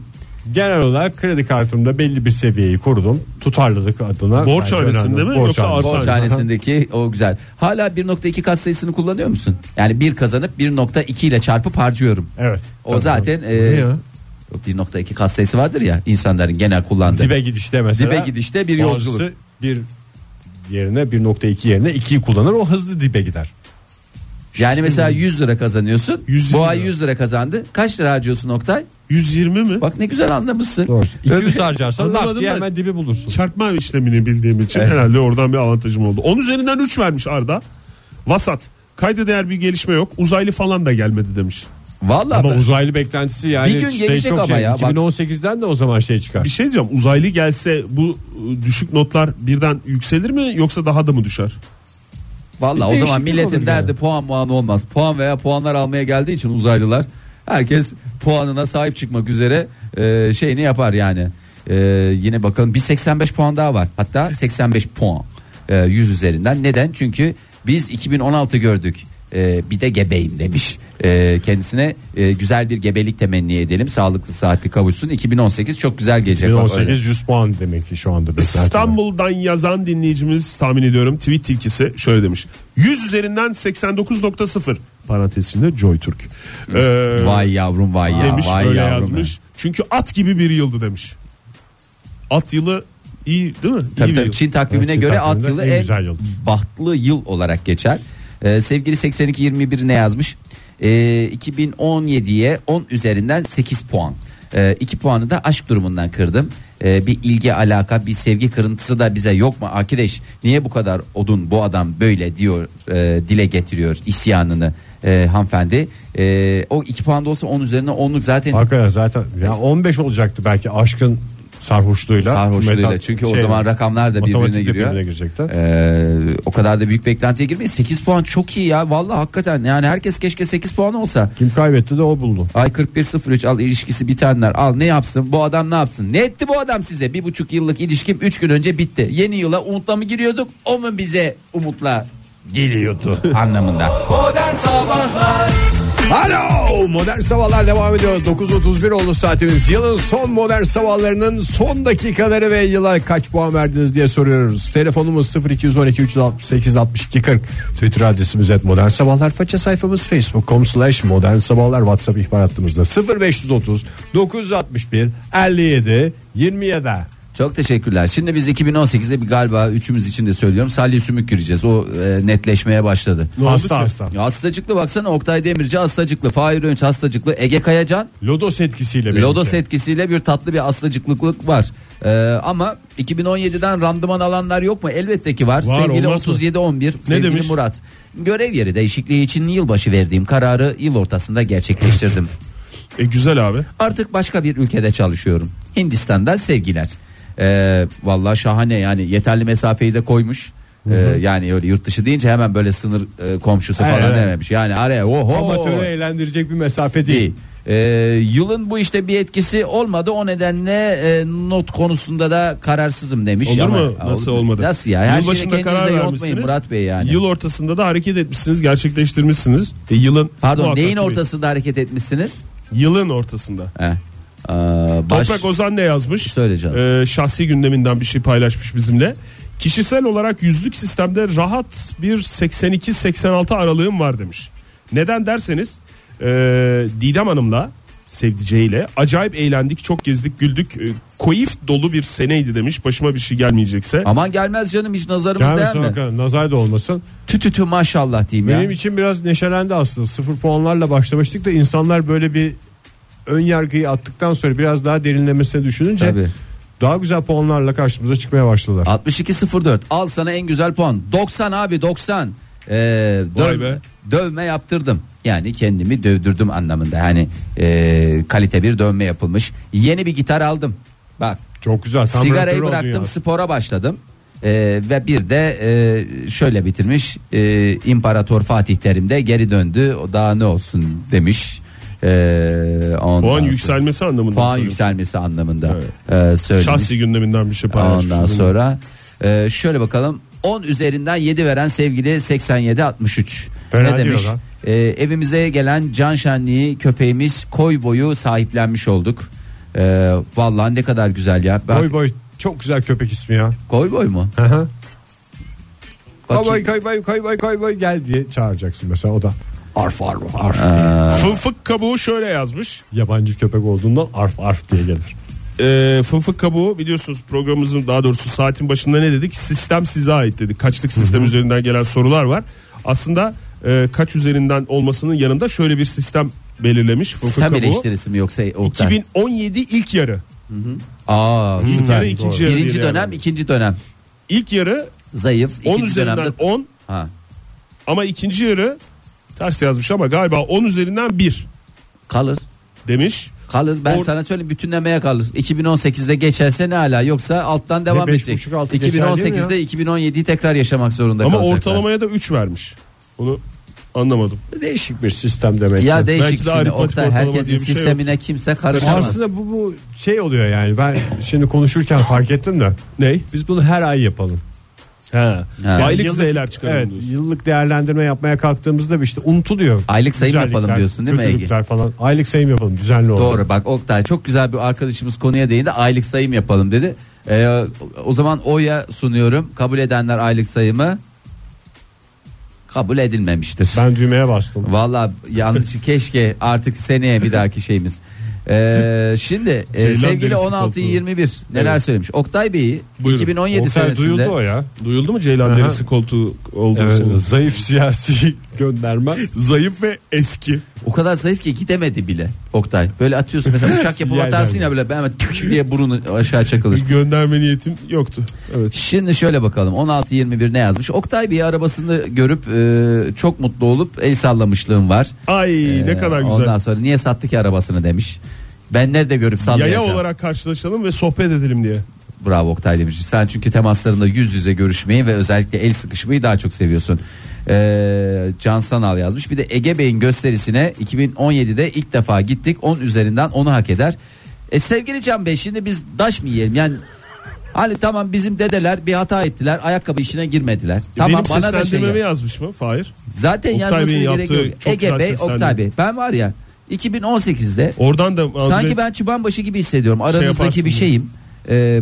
Speaker 2: Genel olarak kredi kartımda belli bir seviyeyi korudum. Tutarlılık adına.
Speaker 4: Borç
Speaker 2: bence
Speaker 4: hanesinde
Speaker 2: önemli.
Speaker 4: mi yoksa
Speaker 2: hanesinde.
Speaker 4: arsa-
Speaker 3: Borçhanesindeki o güzel. Hala 1.2 kat sayısını kullanıyor musun? Yani bir kazanıp 1.2 ile çarpıp harcıyorum.
Speaker 2: Evet.
Speaker 3: O
Speaker 2: Tabii.
Speaker 3: zaten e,
Speaker 4: ya?
Speaker 3: 1.2 kat sayısı vardır ya insanların genel kullandığı.
Speaker 2: Dibe gidişte mesela.
Speaker 3: Dibe gidişte bir
Speaker 2: Bazısı
Speaker 3: yolculuk.
Speaker 2: Bir yerine 1.2 yerine 2'yi kullanır o hızlı dibe gider.
Speaker 3: Yani mesela 100 lira kazanıyorsun.
Speaker 4: 100
Speaker 3: Bu
Speaker 4: lira.
Speaker 3: ay 100 lira kazandı. Kaç lira harcıyorsun Oktay?
Speaker 4: 120 mi?
Speaker 3: Bak ne güzel anlamışsın.
Speaker 2: Doğru.
Speaker 3: Öbür- Şey
Speaker 2: 200 harcarsan
Speaker 4: Anlamadım
Speaker 2: lak diye
Speaker 4: ben.
Speaker 2: hemen dibi bulursun.
Speaker 4: Çarpma işlemini bildiğim için herhalde oradan bir avantajım oldu. 10 üzerinden 3 vermiş Arda. Vasat. Kayda değer bir gelişme yok. Uzaylı falan da gelmedi demiş.
Speaker 3: Vallahi
Speaker 2: Ama
Speaker 3: ben-
Speaker 2: uzaylı beklentisi yani
Speaker 3: Bir gün
Speaker 2: şey
Speaker 3: gelecek
Speaker 2: çok
Speaker 3: ama
Speaker 2: şey.
Speaker 3: ya, bak-
Speaker 2: 2018'den de o zaman şey çıkar.
Speaker 4: Bir şey diyeceğim. Uzaylı gelse bu e, düşük notlar birden yükselir mi yoksa daha da mı düşer?
Speaker 3: Valla
Speaker 2: Bir
Speaker 3: o zaman
Speaker 2: değişiklik
Speaker 3: milletin
Speaker 2: olabilir
Speaker 3: derdi
Speaker 2: yani.
Speaker 3: puan puan olmaz. Puan veya puanlar almaya geldiği için uzaylılar herkes puanına sahip çıkmak üzere e, şeyini yapar yani. E, yine bakalım bir 85 puan daha var. Hatta 85 puan e, 100 üzerinden. Neden? Çünkü biz 2016 gördük. E, bir de gebeyim demiş. E, kendisine e, güzel bir gebelik temenni edelim. Sağlıklı saatli kavuşsun. 2018 çok güzel gelecek. Bak öyle.
Speaker 2: 2018 100 puan demek ki şu anda beklentiler.
Speaker 4: İstanbul'dan yazan dinleyicimiz tahmin ediyorum tweet tilkisi şöyle demiş. 100 üzerinden 89.0 parantez içinde Joy Türk. Ee,
Speaker 3: Vay yavrum vay ya.
Speaker 4: demiş
Speaker 3: vay
Speaker 4: öyle
Speaker 3: yavrum.
Speaker 4: yazmış. Çünkü at gibi bir yıldı demiş. At yılı iyi değil mi?
Speaker 3: Tabii
Speaker 4: iyi bir
Speaker 3: tabii
Speaker 4: yıl.
Speaker 3: Çin takvimine
Speaker 2: Evet, Çin
Speaker 3: göre at
Speaker 2: takviminde
Speaker 3: yılı
Speaker 2: en
Speaker 3: en,
Speaker 2: güzel yıldır.
Speaker 3: bahtlı yıl olarak geçer. Ee, sevgili 8221 ne yazmış? Ee, 2017'ye 10 üzerinden 8 puan. 2 puanı da aşk durumundan kırdım. Ee, bir ilgi alaka bir sevgi kırıntısı da bize yok mu arkadaş? Niye bu kadar odun bu adam böyle diyor e, dile getiriyor isyanını e, hanımefendi. E, o 2 puan da olsa 10 üzerine 10'luk zaten
Speaker 2: Hakikaten zaten ya 15 olacaktı belki aşkın sarhoşluğuyla.
Speaker 3: sarhoşluğuyla
Speaker 2: Metal-
Speaker 3: çünkü o
Speaker 2: şey,
Speaker 3: zaman rakamlar da
Speaker 2: matematik
Speaker 3: birbirine
Speaker 2: de
Speaker 3: giriyor.
Speaker 2: birbirine girecekti.
Speaker 3: Ee, o kadar da büyük beklentiye girmeyin. 8 puan çok iyi ya. Vallahi hakikaten yani herkes keşke 8 puan olsa.
Speaker 2: Kim kaybetti de o buldu.
Speaker 3: Ay 4103 al ilişkisi bitenler al ne yapsın bu adam ne yapsın ne etti bu adam size bir buçuk yıllık ilişkim 3 gün önce bitti yeni yıla umutla mı giriyorduk o mu bize umutla geliyordu anlamında
Speaker 2: Alo modern sabahlar devam ediyor 9.31 oldu saatimiz yılın son modern sabahlarının son dakikaları ve yıla kaç puan verdiniz diye soruyoruz telefonumuz 0212 368 62 40 twitter adresimiz et modern sabahlar faça sayfamız facebook.com slash modern sabahlar whatsapp ihbar hattımızda 0530 961 57 27
Speaker 3: Çok teşekkürler. Şimdi biz 2018'de bir galiba üçümüz için de söylüyorum. Salya sümük gireceğiz. O e, netleşmeye başladı.
Speaker 2: Ne oldu Hasta ki? hasta.
Speaker 3: Ya hastacıklı baksana Oktay Demirci hastacıklı. Fahir Önç hastacıklı. Ege Kayacan
Speaker 2: lodos etkisiyle birlikte.
Speaker 3: Lodos etkisiyle bir tatlı bir aslacıklıklık var. Ee, ama 2017'den randıman alanlar yok mu? Elbette ki var.
Speaker 4: Var,
Speaker 3: sevgili
Speaker 4: olmaz mı?
Speaker 3: 3711, sevgili
Speaker 4: demiş?
Speaker 3: Murat. Görev yeri değişikliği için yılbaşı verdiğim kararı yıl ortasında gerçekleştirdim.
Speaker 4: E, güzel abi.
Speaker 3: Artık başka bir ülkede çalışıyorum. Hindistan'da sevgiler. Ee, vallahi şahane yani yeterli mesafeyi de koymuş. Ee, yani öyle yurt dışı deyince hemen böyle sınır e, komşusu falan
Speaker 2: Evet.
Speaker 3: dememiş. Yani araya oho.
Speaker 2: amatörü eğlendirecek bir mesafe değil
Speaker 3: değil. Ee, yılın bu işte bir etkisi olmadı o nedenle e, not konusunda da kararsızım demiş.
Speaker 4: Olur
Speaker 3: şey Ama-
Speaker 4: mu? Nasıl
Speaker 3: Olur mu?
Speaker 4: olmadı?
Speaker 3: Nasıl ya? Her şeyi
Speaker 4: Yılbaşında karar
Speaker 3: kendinize yontmayın
Speaker 4: vermişsiniz.
Speaker 3: Murat Bey yani.
Speaker 4: Yıl ortasında da hareket etmişsiniz, gerçekleştirmişsiniz. E, yılın
Speaker 3: Pardon
Speaker 4: muhakkak
Speaker 3: neyin
Speaker 4: tabii.
Speaker 3: ortasında hareket etmişsiniz?
Speaker 4: Yılın ortasında.
Speaker 3: Heh. Aa, baş-
Speaker 4: Toprak Ozan ne yazmış?
Speaker 3: Söyle canım.
Speaker 4: Ee, şahsi gündeminden bir şey paylaşmış bizimle. Kişisel olarak yüzlük sistemde rahat bir 82-86 aralığım var demiş. Neden derseniz e, Didem Hanım'la Sevdice ile. Acayip eğlendik, çok gezdik, güldük. E, Koyif dolu bir seneydi demiş. Başıma bir şey gelmeyecekse.
Speaker 3: Aman gelmez canım hiç nazarımız
Speaker 2: Gelmesin
Speaker 3: değer mi?
Speaker 2: hakikaten, nazar da olmasın.
Speaker 3: Tü tü tü maşallah diyeyim ya.
Speaker 2: Benim için biraz neşelendi aslında. Sıfır puanlarla başlamıştık da insanlar böyle bir ön yargıyı attıktan sonra biraz daha derinlemesine düşününce
Speaker 3: Tabii.
Speaker 2: daha güzel puanlarla karşımıza çıkmaya başladılar.
Speaker 3: 6204 al sana en güzel puan 90 abi 90 Ee,
Speaker 4: Vay
Speaker 3: döv-
Speaker 4: be.
Speaker 3: dövme yaptırdım yani kendimi dövdürdüm anlamında hani ee, kalite bir dövme yapılmış yeni bir gitar aldım bak
Speaker 2: Çok güzel. Tam
Speaker 3: sigarayı
Speaker 2: rock'n'roll
Speaker 3: bıraktım
Speaker 2: dünyası.
Speaker 3: spora başladım Ee, ve bir de ee, şöyle bitirmiş Ee, İmparator Fatih Terim de geri döndü o daha ne olsun demiş Ee, ondan
Speaker 4: Puan
Speaker 3: sonra-
Speaker 4: yükselmesi anlamında.
Speaker 3: puan
Speaker 4: soruyorum.
Speaker 3: yükselmesi anlamında
Speaker 4: Evet.
Speaker 3: ee, söylemiş
Speaker 4: Şahsi gündeminden bir şey paylaşmış.
Speaker 3: Ondan sonra e, şöyle bakalım 10 üzerinden 7 veren sevgili 87 63
Speaker 2: Fena
Speaker 3: ne demiş?
Speaker 2: diyor lan.
Speaker 3: E, evimize gelen can şenliği köpeğimiz koy boyu sahiplenmiş olduk. E, vallahi ne kadar güzel ya. Bak,
Speaker 2: Boy boy çok güzel köpek ismi ya.
Speaker 3: koy boy mu?
Speaker 2: Hı hı. Koy
Speaker 3: Bakayım.
Speaker 2: koy koy koy koy koy koy gel diye çağıracaksın mesela o da. Arf arf arf.
Speaker 4: Fınfık kabuğu şöyle yazmış.
Speaker 2: Yabancı köpek olduğundan arf arf diye gelir.
Speaker 4: Ee, fınfık kabuğu biliyorsunuz programımızın daha doğrusu saatin başında ne dedik? Sistem size ait dedik. Kaçlık sistem üzerinden gelen sorular var. Aslında e, kaç üzerinden olmasının yanında şöyle bir sistem belirlemiş fınfık
Speaker 3: Sistem
Speaker 4: kabuğu.
Speaker 3: eleştirisi mi yoksa Oktay?
Speaker 4: 2017 ilk yarı.
Speaker 3: Aa,
Speaker 4: İlk
Speaker 3: süper.
Speaker 4: yarı, ikinci yarı
Speaker 3: Birinci
Speaker 4: diye
Speaker 3: dönem
Speaker 4: yani.
Speaker 3: ikinci dönem
Speaker 4: İlk yarı
Speaker 3: zayıf.
Speaker 4: 10
Speaker 3: ikinci
Speaker 4: üzerinden
Speaker 3: dönemde...
Speaker 4: 10
Speaker 3: Ha.
Speaker 4: ama ikinci yarı ters yazmış ama galiba 10 üzerinden 1
Speaker 3: Kalır.
Speaker 4: demiş.
Speaker 3: Kalır ben
Speaker 4: Or-
Speaker 3: sana söyleyeyim bütünlemeye kalır. 2018'de geçerse ne hala yoksa alttan devam
Speaker 2: beş
Speaker 3: edecek.
Speaker 2: buçuk, altı geçer değil mi
Speaker 3: 2018'de 2017'yi tekrar yaşamak zorunda
Speaker 4: Ama
Speaker 3: kalacaklar.
Speaker 4: ortalamaya da 3 vermiş. Bunu anlamadım.
Speaker 2: Değişik bir sistem demek. ki.
Speaker 3: ya
Speaker 4: Belki
Speaker 3: değişik
Speaker 4: de
Speaker 3: şimdi
Speaker 4: aritmatik
Speaker 3: Oktay
Speaker 4: ortalama
Speaker 3: herkesin
Speaker 4: diye bir şey yok.
Speaker 3: sistemine kimse karışamaz.
Speaker 2: Aslında bu, bu şey oluyor yani ben şimdi konuşurken fark ettim de
Speaker 4: Ney?
Speaker 2: biz bunu her ay yapalım.
Speaker 4: Ha. Aylık zeyler çıkaralım
Speaker 2: evet,
Speaker 4: diyorsun.
Speaker 2: yıllık değerlendirme yapmaya kalktığımızda bir işte unutuluyor.
Speaker 3: Aylık sayım
Speaker 2: Güzellikler,
Speaker 3: yapalım diyorsun değil mi Ege?
Speaker 2: kötülükler falan. Aylık sayım yapalım düzenli olarak.
Speaker 3: Doğru bak Oktay çok güzel bir arkadaşımız konuya değindi aylık sayım yapalım dedi. Ee, o zaman oya sunuyorum kabul edenler aylık sayımı kabul edilmemiştir.
Speaker 2: Ben düğmeye bastım.
Speaker 3: Valla yanlış keşke artık seneye bir dahaki şeyimiz. Ee, şimdi e,
Speaker 4: Ceylan
Speaker 3: sevgili
Speaker 4: derisi
Speaker 3: 16
Speaker 4: koltuğu.
Speaker 3: 21 neler
Speaker 4: Evet.
Speaker 3: söylemiş. Oktay Bey'i
Speaker 4: Buyurun.
Speaker 3: 2017
Speaker 2: Oktay
Speaker 3: senesinde
Speaker 2: duyuldu o ya.
Speaker 4: Duyuldu mu Ceylan
Speaker 2: Aha.
Speaker 4: derisi koltuğu olduğu
Speaker 2: Evet,
Speaker 4: senin?
Speaker 2: zayıf siyasi gönderme.
Speaker 4: Zayıf ve eski.
Speaker 3: o kadar zayıf ki gidemedi bile Oktay. Böyle atıyorsun mesela uçak yapıp
Speaker 2: Yerden
Speaker 3: atarsın ya böyle hemen tük diye burnu aşağı çakılır.
Speaker 4: Gönderme niyetim yoktu. Evet.
Speaker 3: Şimdi şöyle bakalım 16-21 ne yazmış Oktay Bey arabasını görüp e, çok mutlu olup el sallamışlığım var
Speaker 4: Ay
Speaker 3: Ee,
Speaker 4: ne kadar
Speaker 3: Ondan
Speaker 4: güzel.
Speaker 3: sonra niye sattı ki arabasını demiş Ben nerede görüp
Speaker 4: Yaya
Speaker 3: sallayacağım
Speaker 4: olarak karşılaşalım ve sohbet edelim diye.
Speaker 3: Bravo Oktay demiş. Sen çünkü temaslarında yüz yüze görüşmeyi ve özellikle el sıkışmayı daha çok seviyorsun. Ee, Can Sanal yazmış. Bir de Ege Bey'in gösterisine 2017'de ilk defa gittik. 10 üzerinden onu hak eder. E sevgili Can Bey şimdi biz daş mı yiyelim? Yani hani tamam bizim dedeler bir hata ettiler. Ayakkabı işine girmediler. tamam
Speaker 4: Benim
Speaker 3: bana da şey
Speaker 4: seslendirmemi
Speaker 3: yap.
Speaker 4: yazmış mı? Hayır.
Speaker 3: Zaten
Speaker 4: Oktay
Speaker 3: yazmasına
Speaker 4: Bey'in
Speaker 3: gerek
Speaker 4: yaptığı
Speaker 3: yok.
Speaker 4: çok
Speaker 3: Ege
Speaker 4: güzel
Speaker 3: Bey,
Speaker 4: seslendirme.
Speaker 3: Oktay Bey. Ben var ya 2018'de
Speaker 4: Oradan da mağduriyet-
Speaker 3: Sanki ben Çubanbaşı gibi hissediyorum.
Speaker 2: Şey
Speaker 3: Aranızdaki
Speaker 4: yaparsın
Speaker 3: bir
Speaker 4: diye.
Speaker 3: şeyim. Ee,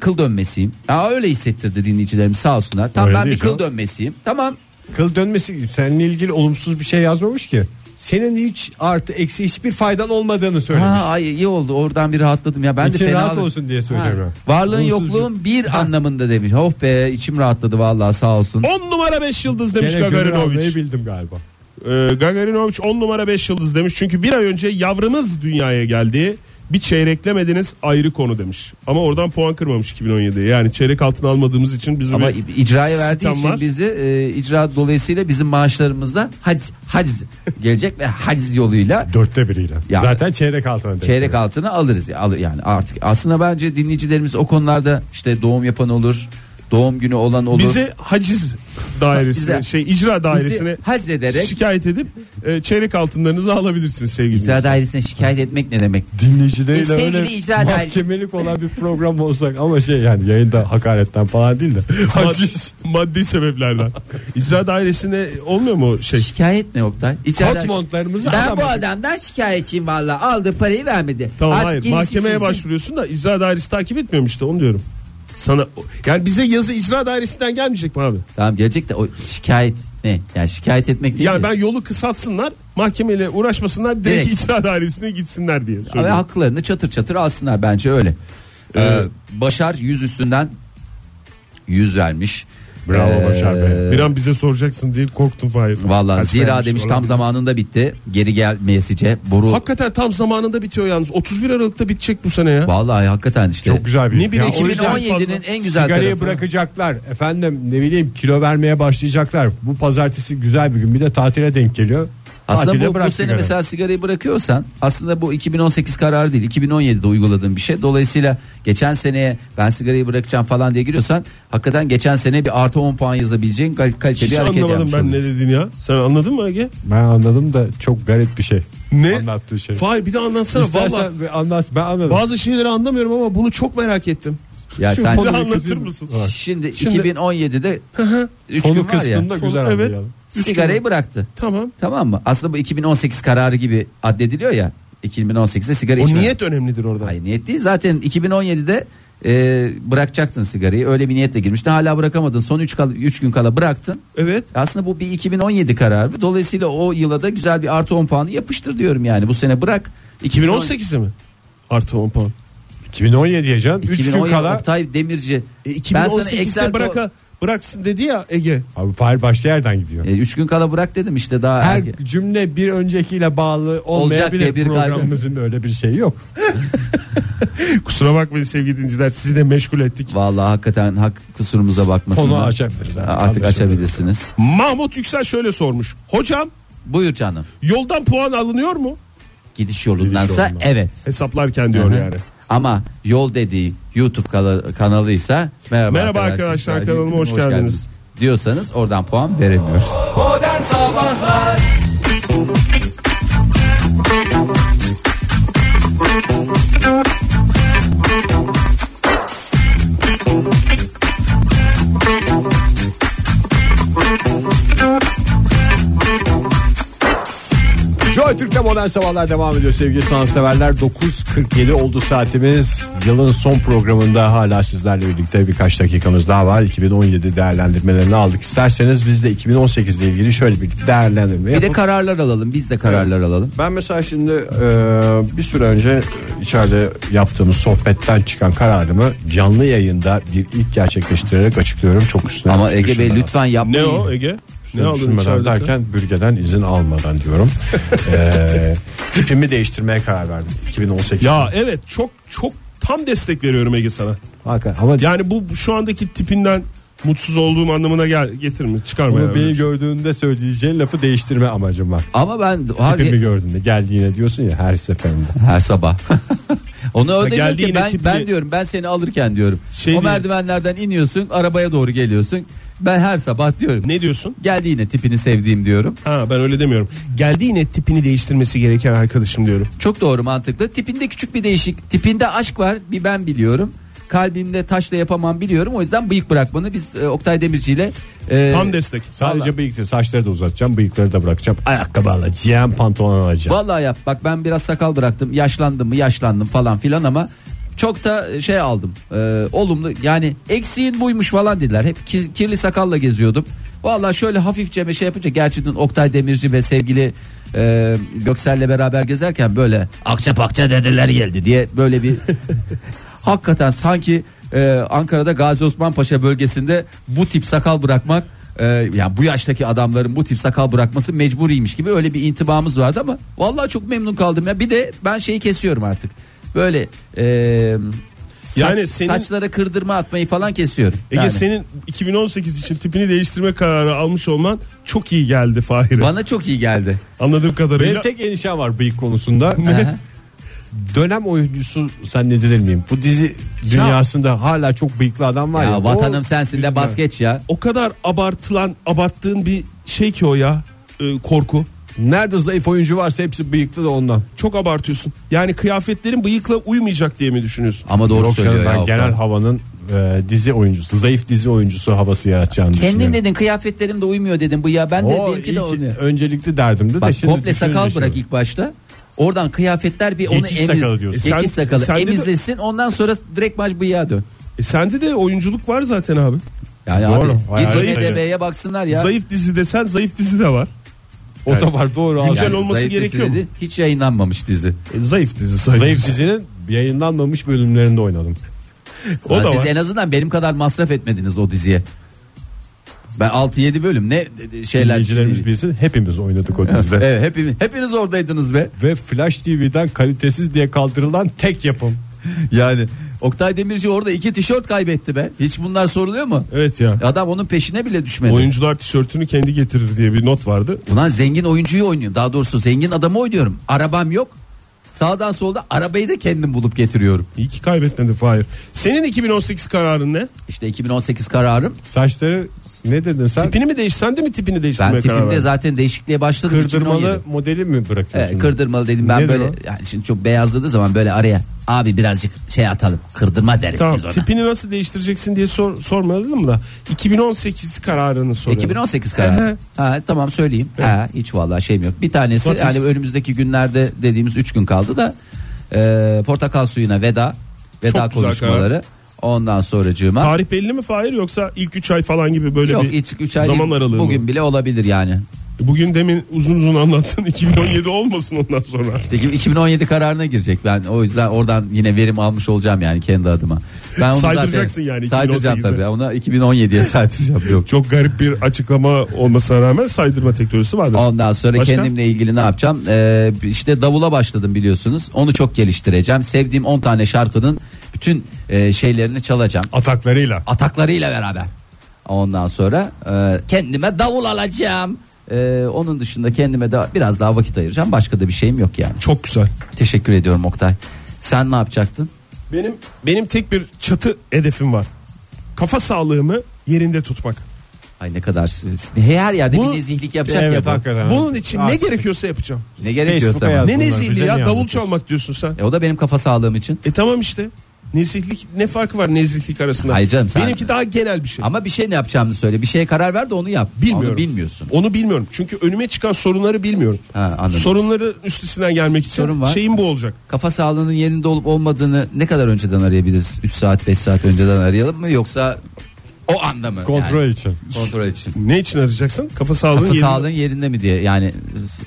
Speaker 3: kıl dönmesiyim. Aa, öyle hissettirdi dinleyicilerim sağ olsunlar. Tamam
Speaker 2: Öyle
Speaker 3: ben bir
Speaker 2: değil
Speaker 3: kıl
Speaker 2: canım.
Speaker 3: dönmesiyim. Tamam.
Speaker 2: Kıl dönmesi seninle ilgili olumsuz bir şey yazmamış ki. Senin hiç artı eksi hiçbir faydan olmadığını söylemiş.
Speaker 3: Ha, ay, iyi oldu oradan bir rahatladım ya. Ben
Speaker 2: İçin
Speaker 3: de fena
Speaker 2: şey. rahat olsun diye söylüyorum
Speaker 3: Ha,
Speaker 2: ben. Olumsuz
Speaker 3: Varlığın yokluğun bir anlamında demiş. Oh be içim rahatladı vallahi sağ
Speaker 2: Oh
Speaker 3: olsun.
Speaker 4: 10 numara 5 yıldız demiş
Speaker 2: Gene gönül
Speaker 4: Gagarinovic.
Speaker 2: almayı bildim galiba.
Speaker 4: Ee, Gagarinovic 10 numara 5 yıldız demiş. Çünkü bir ay önce yavrımız dünyaya geldi. Bir çeyreklemediniz ayrı konu demiş. Ama oradan puan kırmamış 2017'ye. Yani çeyrek altın almadığımız için bizi
Speaker 3: Ama
Speaker 4: bir...
Speaker 3: icraya verdiği
Speaker 4: sistem
Speaker 3: için
Speaker 4: var.
Speaker 3: bizi e, icra dolayısıyla bizim maaşlarımıza haciz, haciz gelecek ve haciz yoluyla
Speaker 2: Dörtte biriyle.
Speaker 3: Ya.
Speaker 2: Zaten çeyrek altına. denk
Speaker 3: Çeyrek
Speaker 2: geliyor.
Speaker 3: altını alırız ya, alır yani artık. Aslında bence dinleyicilerimiz o konularda işte doğum yapan olur, doğum günü olan olur.
Speaker 4: Bizi haciz dairesine,
Speaker 3: Bize-
Speaker 4: şey icra dairesine
Speaker 3: Bizi haczederek
Speaker 4: şikayet edip e, çeyrek altınlarınızı alabilirsiniz sevgili
Speaker 3: icra
Speaker 4: dinleyiciler.
Speaker 3: dairesine şikayet etmek ne demek?
Speaker 2: Dinleyicileriyle
Speaker 3: E, sevgili
Speaker 2: öyle
Speaker 3: icra dairesi.
Speaker 2: mahkemelik olan bir program olsak ama şey yani yayında hakaretten falan değil de.
Speaker 4: Mad- maddi sebeplerden. İcra dairesine olmuyor mu o şey?
Speaker 3: Şikayet ne Oktay? İcra
Speaker 2: Kot montlarımızı
Speaker 3: ben bu
Speaker 2: alamadık.
Speaker 3: adamdan şikayetçiyim valla. Aldı parayı vermedi.
Speaker 4: Tamam
Speaker 3: Artık
Speaker 4: hayır
Speaker 3: gerisi
Speaker 4: mahkemeye
Speaker 3: sizin.
Speaker 4: başvuruyorsun da icra dairesi takip etmiyormuş işte onu diyorum. Sana yani bize yazı icra dairesinden gelmeyecek mi abi?
Speaker 3: Tamam gelecek de o şikayet ne? Yani şikayet etmek değil.
Speaker 4: Yani
Speaker 3: de.
Speaker 4: ben yolu kısaltsınlar, mahkemeyle uğraşmasınlar, direkt,
Speaker 3: Direkt.
Speaker 4: icra dairesine gitsinler diye
Speaker 3: Ve
Speaker 4: söylüyorum.
Speaker 3: haklarını çatır çatır alsınlar bence öyle. Ee,
Speaker 4: Evet.
Speaker 3: Başar yüz üstünden yüz vermiş.
Speaker 2: Bravo
Speaker 3: Ee,
Speaker 2: Başar Bey.
Speaker 4: Bir an bize soracaksın diye korktum Fahir.
Speaker 3: Valla
Speaker 4: Kaç
Speaker 3: zira
Speaker 4: vermiş
Speaker 3: demiş
Speaker 4: olabilir?
Speaker 3: tam zamanında bitti. Geri gelmeyesice boru.
Speaker 4: Hakikaten tam zamanında bitiyor yalnız. 31 Aralık'ta bitecek bu sene ya.
Speaker 3: Vallahi hakikaten işte.
Speaker 2: Çok güzel bir
Speaker 4: Ne
Speaker 2: iş.
Speaker 4: bileyim,
Speaker 2: Ya o yüzden
Speaker 3: 2017'nin en güzel
Speaker 2: sigarayı
Speaker 3: tarafı.
Speaker 2: bırakacaklar. Efendim ne bileyim kilo vermeye başlayacaklar. Bu pazartesi güzel bir gün. Bir de tatile denk geliyor.
Speaker 3: Aslında
Speaker 2: Tatile
Speaker 3: bu,
Speaker 2: bırak
Speaker 3: bu sene
Speaker 2: sigarayı.
Speaker 3: mesela sigarayı bırakıyorsan aslında bu 2018 kararı değil 2017'de uyguladığın bir şey. Dolayısıyla geçen seneye ben sigarayı bırakacağım falan diye giriyorsan hakikaten geçen sene bir artı 10 puan yazılabileceğin kal- kaliteli
Speaker 4: Hiç
Speaker 3: hareket
Speaker 4: anlamadım
Speaker 3: yapmış
Speaker 4: ben
Speaker 3: oldun.
Speaker 4: ne dediğini ya. Sen anladın mı Ege?
Speaker 2: Ben anladım da çok garip bir şey.
Speaker 4: Ne?
Speaker 2: Anlattığı şey.
Speaker 4: Fahir bir de anlatsana valla.
Speaker 2: İstersen bir anlat. Ben anladım.
Speaker 4: Bazı şeyleri anlamıyorum ama bunu çok merak ettim.
Speaker 3: Ya
Speaker 4: Şu
Speaker 3: sen
Speaker 4: konuyu
Speaker 2: Kızım-
Speaker 4: anlatır mısın?
Speaker 2: Bak,
Speaker 3: şimdi,
Speaker 4: Şimdi-
Speaker 3: 2017'de 3
Speaker 2: Konu
Speaker 3: gün var ya
Speaker 2: kısmında güzel
Speaker 4: Konu- evet.
Speaker 2: anlayalım.
Speaker 4: Üç
Speaker 3: sigarayı
Speaker 4: gün.
Speaker 3: bıraktı.
Speaker 4: Tamam.
Speaker 3: Tamam mı? Aslında bu 2018 kararı gibi addediliyor ya. 2018'de sigara
Speaker 4: O
Speaker 3: içme.
Speaker 4: niyet önemlidir orada.
Speaker 3: Hayır niyet değil. Zaten 2017'de e, bırakacaktın sigarayı. Öyle bir niyetle girmiştin. Hala bırakamadın. Son 3 gün kala bıraktın.
Speaker 4: Evet.
Speaker 3: Aslında bu bir 2017 kararı. Dolayısıyla o yıla da güzel bir artı 10 puanı yapıştır diyorum yani. Bu sene bırak.
Speaker 4: 2018'e mi? Artı 10 puan.
Speaker 2: 2017'ye canım. 3 gün
Speaker 3: 2017
Speaker 2: kala.
Speaker 3: Oktay Demirci.
Speaker 4: E,
Speaker 3: ben sana
Speaker 4: 2018'de
Speaker 3: Excel
Speaker 4: bıraka, bıraksın dedi ya Ege.
Speaker 2: Abi Fahir başka yerden gidiyor.
Speaker 3: 3 E, gün kala bırak dedim işte daha
Speaker 2: Her
Speaker 3: erken.
Speaker 2: cümle bir öncekiyle bağlı olmayabilir.
Speaker 3: diye bir kaygı.
Speaker 2: Programımızın öyle bir şeyi yok.
Speaker 4: Kusura bakmayın sevgili dinleyiciler sizi de meşgul ettik.
Speaker 3: Vallahi hakikaten hak kusurumuza bakmasın.
Speaker 2: Konu açabiliriz.
Speaker 3: Ha, Artık açabilirsiniz.
Speaker 4: Mahmut Yüksel şöyle sormuş. Hocam
Speaker 3: Buyur canım.
Speaker 4: yoldan puan alınıyor mu?
Speaker 3: Gidiş yolundansa
Speaker 2: yolundan.
Speaker 3: evet.
Speaker 4: Hesaplarken diyor
Speaker 3: Hı hı.
Speaker 4: yani.
Speaker 3: Ama yol dediği YouTube kala- kanalıysa merhaba,
Speaker 4: Merhaba arkadaşlar, kanalıma hoş geldiniz.
Speaker 3: diyorsanız oradan puan veremiyoruz.
Speaker 2: Joy Türk'te modern sabahlar devam ediyor sevgili sanatseverler. 9.47 oldu saatimiz. Yılın son programında hala sizlerle birlikte birkaç dakikamız daha var. 2017 değerlendirmelerini aldık. İsterseniz biz de 2018 ile ilgili şöyle bir değerlendirme
Speaker 3: Bir de
Speaker 2: yapalım.
Speaker 3: kararlar alalım. Biz de kararlar alalım.
Speaker 2: Ben mesela şimdi e, bir süre önce içeride yaptığımız sohbetten çıkan kararımı canlı yayında bir ilk gerçekleştirerek açıklıyorum. Çok üstüne
Speaker 3: Ama Ege Bey
Speaker 2: düşünmeden.
Speaker 3: lütfen
Speaker 4: Ne
Speaker 3: yapmayın.
Speaker 4: o E- Ege? Ne
Speaker 2: Ne
Speaker 4: aldın
Speaker 2: düşünmeden
Speaker 4: içeride?
Speaker 2: derken bürgeden izin almadan diyorum. Ee, tipimi değiştirmeye karar verdim 2018.
Speaker 4: Ya evet çok çok tam destek veriyorum Ege sana.
Speaker 2: Hakikaten ama
Speaker 4: Yani bu şu andaki tipinden mutsuz olduğum anlamına gel getirme çıkarma.
Speaker 2: bunu
Speaker 4: Yani.
Speaker 2: beni gördüğünde söyleyeceğin lafı değiştirme amacım var.
Speaker 3: Ama ben
Speaker 2: Tipimi
Speaker 3: her,
Speaker 2: gördüğünde geldiğine diyorsun ya her seferinde.
Speaker 3: her sabah. Onu öyle
Speaker 4: geldi
Speaker 3: değil ki
Speaker 4: yine
Speaker 3: ben,
Speaker 4: tipli-
Speaker 3: ben diyorum ben seni alırken diyorum.
Speaker 4: Şey
Speaker 3: o
Speaker 4: diye-
Speaker 3: merdivenlerden iniyorsun arabaya doğru geliyorsun. Ben her sabah diyorum.
Speaker 4: Ne diyorsun?
Speaker 3: Geldi yine tipini sevdiğim diyorum.
Speaker 4: Ha ben öyle demiyorum. Geldi yine tipini değiştirmesi gereken arkadaşım diyorum.
Speaker 3: Çok doğru mantıklı. Tipinde küçük bir değişik. Tipinde aşk var. Bir ben biliyorum. Kalbimde taşla yapamam biliyorum. O yüzden bıyık bırakmanı biz e, Oktay Demirci ile e,
Speaker 4: Tam destek.
Speaker 2: Sadece bıyık değil, saçları da uzatacağım, bıyıkları da bırakacağım. Ayakkabı alacağım, pantolon alacağım.
Speaker 3: vallahi yap. Bak ben biraz sakal bıraktım. Yaşlandım mı? Yaşlandım falan filan ama çok da şey aldım. E, olumlu yani eksiğin buymuş falan dediler. Hep ki- kirli sakalla geziyordum. Vallahi şöyle hafifçe şey yapınca gerçi dün Oktay Demirci ve sevgili e, Göksel'le beraber gezerken böyle akça pakça dedeler geldi diye böyle bir hakikaten sanki e, Ankara'da Gazi Osman Paşa bölgesinde bu tip sakal bırakmak e, yani bu yaştaki adamların bu tip sakal bırakması mecburiymiş gibi öyle bir intibamız vardı ama vallahi çok memnun kaldım ya. Bir de ben şeyi kesiyorum artık. Böyle e, saç-
Speaker 4: Yani senin-
Speaker 3: saçlara kırdırma atmayı falan kesiyorum.
Speaker 4: Ege
Speaker 3: Yani
Speaker 4: senin 2018 için tipini değiştirme kararı almış olman çok iyi geldi Fahir'e.
Speaker 3: bana çok iyi geldi.
Speaker 4: Anladığım
Speaker 2: Benim
Speaker 4: kadarıyla.
Speaker 2: tek endişem var bıyık konusunda.
Speaker 3: Aha.
Speaker 2: Dönem oyuncusu zannedilir miyim? Bu dizi dünyasında hala çok bıyıklı adam var ya.
Speaker 3: ya,
Speaker 2: o
Speaker 3: vatanım sensin de
Speaker 2: yüzünden.
Speaker 3: bas geç ya.
Speaker 4: O kadar abartılan, abarttığın bir şey ki o ya e, korku.
Speaker 2: Nerede zayıf oyuncu varsa hepsi bıyıklı da ondan.
Speaker 4: Çok abartıyorsun. Yani kıyafetlerin bıyıkla uymayacak diye mi düşünüyorsun?
Speaker 3: Ama doğru
Speaker 2: Yok canım,
Speaker 3: söylüyor ya.
Speaker 2: ben
Speaker 3: Oktay.
Speaker 2: genel havanın e, dizi oyuncusu, zayıf dizi oyuncusu havası yaratacağını
Speaker 3: Kendin
Speaker 2: düşünüyorum.
Speaker 3: dedin kıyafetlerim de uymuyor dedim. Bu ya ben de
Speaker 2: O
Speaker 3: benimki de
Speaker 2: ilk
Speaker 3: olmuyor.
Speaker 2: öncelikli derdimdi de
Speaker 3: Bak
Speaker 2: şimdi
Speaker 3: komple
Speaker 2: düşününce
Speaker 3: sakal
Speaker 2: şey
Speaker 3: bırak
Speaker 2: oldu.
Speaker 3: ilk başta. Oradan kıyafetler bir onu
Speaker 2: Geçiş
Speaker 3: emiz,
Speaker 2: sakalı diyorsun.
Speaker 3: Geçiş
Speaker 4: Sen-
Speaker 3: sakalı
Speaker 4: sende de-
Speaker 3: emizlesin. Ondan sonra direkt maç bıyığa dön.
Speaker 4: E sende de oyunculuk var zaten abi.
Speaker 3: Yani
Speaker 2: Doğru.
Speaker 3: abi
Speaker 2: Hayal
Speaker 3: git
Speaker 4: ediyorum.
Speaker 3: IMDb'ye baksınlar ya.
Speaker 4: Zayıf dizi desen zayıf dizi de var.
Speaker 2: O da var doğru.
Speaker 4: Güncel
Speaker 2: aslında.
Speaker 4: olması
Speaker 3: zayıf
Speaker 4: gerekiyor
Speaker 3: dizi
Speaker 4: mu?
Speaker 3: dedi, Hiç yayınlanmamış dizi.
Speaker 4: E zayıf dizi sayılır.
Speaker 2: Zayıf dizinin yayınlanmamış bölümlerinde oynadım.
Speaker 4: O
Speaker 3: Yani
Speaker 4: da
Speaker 3: siz
Speaker 4: var.
Speaker 3: en azından benim kadar masraf etmediniz o diziye. Ben 6-7 bölüm ne şeyler.
Speaker 2: Dinleyicilerimiz bilsin hepimiz oynadık o dizide.
Speaker 3: Evet, hepiniz, hepiniz oradaydınız be.
Speaker 2: Ve Flash TV'den kalitesiz diye kaldırılan tek yapım.
Speaker 3: Yani Oktay Demirci orada iki tişört kaybetti be. Hiç bunlar soruluyor mu?
Speaker 4: Evet ya.
Speaker 3: Adam onun peşine bile düşmedi.
Speaker 4: Oyuncular tişörtünü kendi getirir diye bir not vardı.
Speaker 3: Ulan zengin oyuncuyu oynuyorum. Daha doğrusu zengin adamı oynuyorum. Arabam yok. Sağdan solda arabayı da kendim bulup getiriyorum.
Speaker 4: İyi ki kaybetmedi Fahir. Senin 2018 kararın ne?
Speaker 3: İşte 2018 kararım.
Speaker 2: Saçları ne dedin sen?
Speaker 4: Tipini mi değiş? Sen de mi tipini
Speaker 3: Ben
Speaker 4: değiştirmeye karar
Speaker 3: tipimde
Speaker 4: verdin?
Speaker 3: zaten değişikliğe başladım.
Speaker 2: Kırdırmalı
Speaker 3: 2017.
Speaker 2: modeli mi bırakıyorsun?
Speaker 3: Evet, kırdırmalı dedim ben
Speaker 2: Nedir
Speaker 3: böyle
Speaker 2: o?
Speaker 3: yani şimdi çok beyazladığı zaman böyle araya abi birazcık şey atalım kırdırma deriz
Speaker 4: Tamam
Speaker 3: biz ona.
Speaker 4: tipini nasıl değiştireceksin diye sor, sormadım da 2018 kararını
Speaker 3: E,
Speaker 4: soruyorum.
Speaker 3: 2018 kararı. ha, tamam söyleyeyim. Ha, hiç vallahi şeyim yok. Bir tanesi
Speaker 4: What is-
Speaker 3: yani önümüzdeki günlerde dediğimiz 3 gün kaldı da e, portakal suyuna veda veda
Speaker 4: Çok güzel
Speaker 3: konuşmaları. Ondan sonracığıma
Speaker 4: Tarih belli mi Fahir yoksa ilk 3 ay falan gibi böyle
Speaker 3: Yok
Speaker 4: bir
Speaker 3: hiç 3 ay
Speaker 4: zaman
Speaker 3: değil.
Speaker 4: aralığı mı?
Speaker 3: Bugün bile olabilir yani.
Speaker 4: Bugün demin uzun uzun anlattın 2017 olmasın ondan sonra.
Speaker 3: İşte 2017 kararına girecek. Ben o yüzden oradan yine verim almış olacağım yani kendi adıma. Ben zaten-
Speaker 4: Saydıracaksın yani
Speaker 3: Saydıracağım
Speaker 4: 2018'e.
Speaker 3: tabii. Ona 2017'ye saydıracağım. Yok.
Speaker 4: Çok garip bir açıklama olmasına rağmen saydırma teknolojisi vardı.
Speaker 3: Ondan sonra
Speaker 4: Başka?
Speaker 3: kendimle ilgili ne yapacağım? Ee, işte davula başladım biliyorsunuz. Onu çok geliştireceğim. Sevdiğim 10 tane şarkının bütün e, şeylerini çalacağım.
Speaker 2: Ataklarıyla.
Speaker 3: Ataklarıyla beraber. Ondan sonra e, kendime davul alacağım. E, onun dışında kendime de biraz daha vakit ayıracağım. Başka da bir şeyim yok yani.
Speaker 4: Çok güzel.
Speaker 3: Teşekkür ediyorum Oktay. Sen ne yapacaktın?
Speaker 4: Benim benim tek bir çatı hedefim var. Kafa sağlığımı yerinde tutmak.
Speaker 3: Ay ne kadar her yerde
Speaker 4: Bu-
Speaker 3: bir nezihlik yapacak
Speaker 2: Evet,
Speaker 3: ya bu.
Speaker 2: hakikaten.
Speaker 4: Bunun için ne
Speaker 2: Haklısın.
Speaker 4: gerekiyorsa yapacağım.
Speaker 3: Ne gerekiyorsa.
Speaker 2: Facebook'a
Speaker 3: ama.
Speaker 2: yaz.
Speaker 4: Ne
Speaker 2: Bunlar bize
Speaker 4: nezihli
Speaker 2: niye
Speaker 4: ya davul
Speaker 2: anlatıyorsun?
Speaker 4: çalmak diyorsun sen.
Speaker 3: E, o da benim kafa sağlığım için.
Speaker 4: E tamam işte. Nezihlik ne farkı var nezihlik arasında?
Speaker 3: Hayır canım, sen-
Speaker 4: Benimki daha genel bir şey.
Speaker 3: Ama bir şey ne yapacağımı söyle. Bir şeye karar ver de onu yap.
Speaker 4: Bilmiyorum.
Speaker 3: Onu bilmiyorsun.
Speaker 4: Onu bilmiyorum. Çünkü önüme çıkan sorunları bilmiyorum.
Speaker 3: Ha, anladım.
Speaker 4: Sorunları üstesinden gelmek için
Speaker 3: Sorun var.
Speaker 4: şeyim bu olacak.
Speaker 3: Kafa sağlığının yerinde olup olmadığını ne kadar önceden arayabiliriz? 3 saat 5 saat önceden arayalım mı yoksa o anda mı?
Speaker 2: Kontrol
Speaker 3: Yani
Speaker 2: için.
Speaker 3: kontrol için.
Speaker 4: Ne için arayacaksın? Kafa
Speaker 3: Kafa
Speaker 4: sağlığın yerinde-
Speaker 3: sağlığın yerinde mi diye yani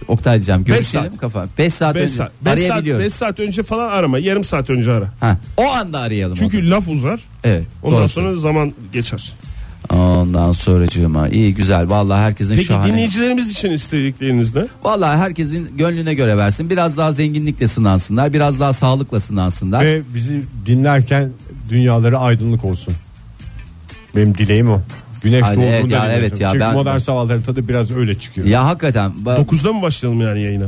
Speaker 3: Oktay diyeceğim görüşelim
Speaker 4: saat.
Speaker 3: kafa. 5 saat
Speaker 4: Beş
Speaker 3: önce
Speaker 4: saat, beş saat,
Speaker 3: arayabiliyoruz.
Speaker 4: beş saat önce falan arama. Yarım saat önce ara.
Speaker 3: Ha, o anda arayalım. o zaman.
Speaker 4: Çünkü laf uzar.
Speaker 3: evet.
Speaker 4: Ondan
Speaker 3: doğru.
Speaker 4: sonra zaman geçer.
Speaker 3: ondan sonracığıma iyi güzel vallahi herkesin
Speaker 4: Peki
Speaker 3: E, şahane.
Speaker 4: dinleyicilerimiz için istedikleriniz ne?
Speaker 3: Vallahi herkesin gönlüne göre versin. Biraz daha zenginlikle sınansınlar, biraz daha sağlıkla sınansınlar.
Speaker 2: Ve bizi dinlerken dünyaları aydınlık olsun. Benim dileğim o. Güneş
Speaker 3: Hadi,
Speaker 2: doğduğunda
Speaker 3: evet ya,
Speaker 2: dinlesin.
Speaker 3: evet ya,
Speaker 2: Çünkü
Speaker 3: ben-
Speaker 2: modern sabahların tadı biraz öyle çıkıyor.
Speaker 3: Ya hakikaten ba-
Speaker 4: 9'da mı başlayalım yani yayına?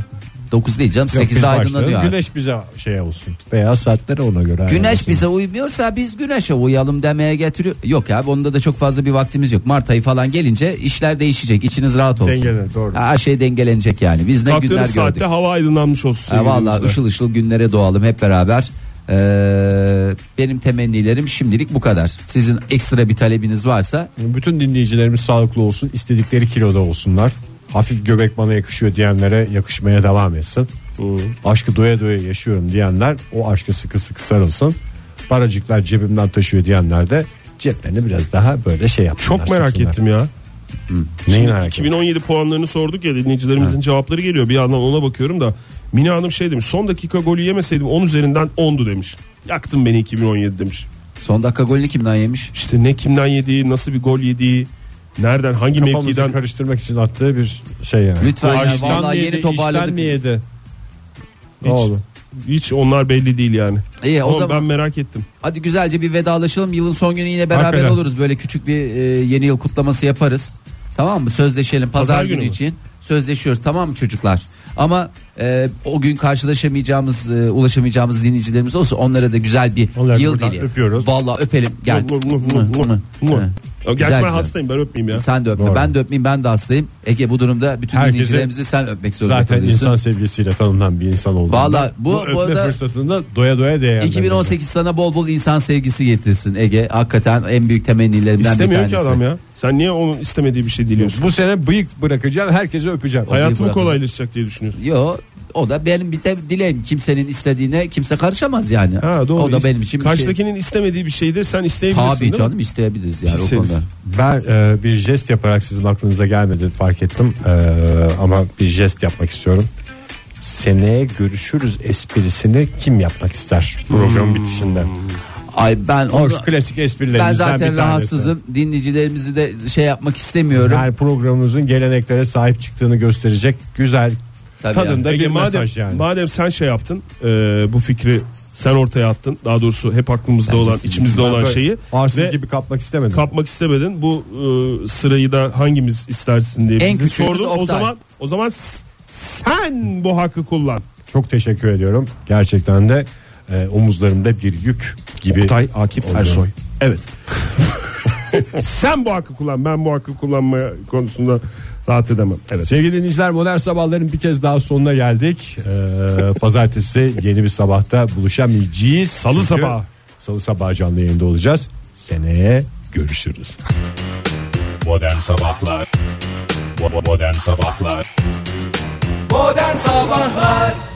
Speaker 3: 9 değil canım
Speaker 2: Yok,
Speaker 3: 8'de
Speaker 2: biz başlayalım.
Speaker 3: aydınlanıyor. artık.
Speaker 2: Güneş bize şey olsun. Veya saatleri ona göre.
Speaker 3: Güneş
Speaker 2: ayarlasın.
Speaker 3: bize uymuyorsa biz güneşe uyalım demeye getiriyor. Yok abi onda da çok fazla bir vaktimiz yok. Mart ayı falan gelince işler değişecek. İçiniz rahat olsun.
Speaker 2: Dengelen, doğru.
Speaker 3: Her şey dengelenecek yani. Biz ne günler
Speaker 4: Kalktığınız saatte
Speaker 3: gördük.
Speaker 4: hava aydınlanmış olsun.
Speaker 3: Ha,
Speaker 4: sevgili
Speaker 3: vallahi
Speaker 4: dinleyiciler.
Speaker 3: ışıl ışıl günlere doğalım hep beraber. Ee, benim temennilerim şimdilik bu kadar. Sizin ekstra bir talebiniz varsa
Speaker 2: Bütün dinleyicilerimiz sağlıklı olsun. istedikleri kiloda olsunlar. Hafif göbek bana yakışıyor diyenlere yakışmaya devam etsin. Aşkı doya doya yaşıyorum diyenler o aşka sıkı sıkı sarılsın. Paracıklar cebimden taşıyor diyenler de ceplerini biraz daha böyle şey yapsınlar.
Speaker 4: Çok merak
Speaker 2: sıksınlar.
Speaker 4: ettim ya.
Speaker 2: Neyi merak ettin?
Speaker 4: 2017 puanlarını sorduk ya dinleyicilerimizin cevapları geliyor. Bir yandan ona bakıyorum da Mine Hanım şey demiş. Son dakika golü yemeseydim 10 üzerinden 10'du demiş. Yaktın beni 2017 demiş.
Speaker 3: son dakika golünü kimden yemiş?
Speaker 4: İşte ne kimden yediği, nasıl bir gol yediği, nereden, hangi
Speaker 2: Kafamızı
Speaker 4: mevkiden
Speaker 2: karıştırmak için attığı bir şey yani.
Speaker 3: Lütfen ya,
Speaker 2: Ağaçtan mı
Speaker 3: vallahi yeni
Speaker 2: yedi,
Speaker 3: toparladık.
Speaker 2: işten mi yedi? Ne
Speaker 4: Hiç.
Speaker 2: oldu?
Speaker 4: hiç onlar belli değil yani.
Speaker 3: İyi o
Speaker 4: Ama
Speaker 3: zaman
Speaker 4: ben merak ettim.
Speaker 3: hadi güzelce bir vedalaşalım. Yılın son günü yine beraber
Speaker 2: Hakikaten.
Speaker 3: oluruz. Böyle küçük bir e, yeni yıl kutlaması yaparız. Tamam mı? Sözleşelim pazar,
Speaker 4: Pazar
Speaker 3: günü,
Speaker 4: günü mü?
Speaker 3: için. Sözleşiyoruz tamam mı çocuklar? Ama e, o gün karşılaşamayacağımız, e, ulaşamayacağımız dinleyicilerimiz olsa onlara da güzel bir
Speaker 2: Onları da
Speaker 3: yıl
Speaker 2: buradan
Speaker 3: dili.
Speaker 2: öpüyoruz.
Speaker 3: Vallahi öpelim. Gel.
Speaker 4: Mu- mu- mu- mu- mu- mu. Gerçi
Speaker 3: Güzel
Speaker 4: ben
Speaker 3: güzel.
Speaker 4: hastayım ben öpmeyeyim ya.
Speaker 3: Sen de öpme.
Speaker 2: Doğru.
Speaker 3: Ben de öpmeyeyim. Ben de hastayım. Ege bu durumda bütün
Speaker 2: Herkese-
Speaker 3: dinleyicilerimizi sen öpmek zorunda
Speaker 2: Zaten
Speaker 3: kalıyorsun.
Speaker 2: insan sevgisiyle tanınan bir insan oldu.
Speaker 3: Vallahi bu- bu
Speaker 2: öpme
Speaker 3: arada-
Speaker 2: fırsatında doya doya değer.
Speaker 3: 2018 sana bol bol insan sevgisi getirsin Ege. Hakikaten en büyük temennilerimden bir
Speaker 4: İstemiyor
Speaker 3: tanesi.
Speaker 4: ki adam ya. Sen niye onun istemediği bir şey diliyorsun?
Speaker 2: Bu sene bıyık bırakacağım herkese öpeceğim.
Speaker 3: Hayat-
Speaker 4: Hayatımı
Speaker 3: bırakın.
Speaker 4: kolaylaşacak diye düşünüyorsun.
Speaker 3: Yo O da benim bir de dileğim. Kimsenin istediğine kimse karışamaz yani.
Speaker 4: Ha, doğru.
Speaker 3: O da benim için bir şey.
Speaker 4: Karşıdakinin istemediği bir şeyi de sen isteyebilirsin
Speaker 3: Tabii
Speaker 4: değil mi?
Speaker 3: canım isteyebiliriz yani
Speaker 4: Pis
Speaker 3: o konuda.
Speaker 4: herif.
Speaker 2: Ben e, bir jest yaparak sizin aklınıza gelmedi fark ettim. E, ama bir jest yapmak istiyorum. Seneye görüşürüz esprisini kim yapmak ister program bitişinde?
Speaker 3: Ay ben
Speaker 2: Hoş
Speaker 3: onu-
Speaker 2: Hmm. klasik esprilerimizden
Speaker 3: ben
Speaker 2: bir
Speaker 3: zaten
Speaker 2: tanesi.
Speaker 3: rahatsızım. Dinleyicilerimizi de şey yapmak istemiyorum.
Speaker 2: Her programımızın geleneklere sahip çıktığını gösterecek güzel
Speaker 3: Tabii
Speaker 2: tadında
Speaker 4: Ege,
Speaker 2: bir
Speaker 4: madem,
Speaker 2: mesaj yani.
Speaker 4: madem sen şey yaptın e, bu fikri sen ortaya attın daha doğrusu hep aklımızda
Speaker 3: Bence
Speaker 4: olan
Speaker 3: sizin-
Speaker 4: içimizde
Speaker 2: Ben
Speaker 4: olan
Speaker 2: böyle
Speaker 4: şeyi
Speaker 2: arsız
Speaker 4: ve
Speaker 2: gibi kapmak istemedim.
Speaker 4: kapmak istemedin bu e, sırayı da hangimiz istersin diye
Speaker 3: En
Speaker 4: bize
Speaker 3: küçüğümüz
Speaker 4: sordun o
Speaker 3: Oktay.
Speaker 4: zaman o zaman s- sen bu hakkı kullan
Speaker 2: Çok teşekkür ediyorum. Gerçekten de e, omuzlarımda bir yük gibi.
Speaker 4: Oktay Akif
Speaker 2: Oluyor.
Speaker 4: Ersoy. Evet. Sen bu hakkı kullan. Ben bu hakkı kullanma konusunda rahat edemem. Evet.
Speaker 2: Sevgili dinleyiciler modern sabahların bir kez daha sonuna geldik. Ee, pazartesi yeni bir sabahta buluşamayacağız.
Speaker 4: Salı
Speaker 2: Çünkü
Speaker 4: sabahı.
Speaker 2: Salı sabahı canlı yayında olacağız. Seneye görüşürüz.
Speaker 1: Modern Sabahlar Bo- Modern Sabahlar
Speaker 5: Modern Sabahlar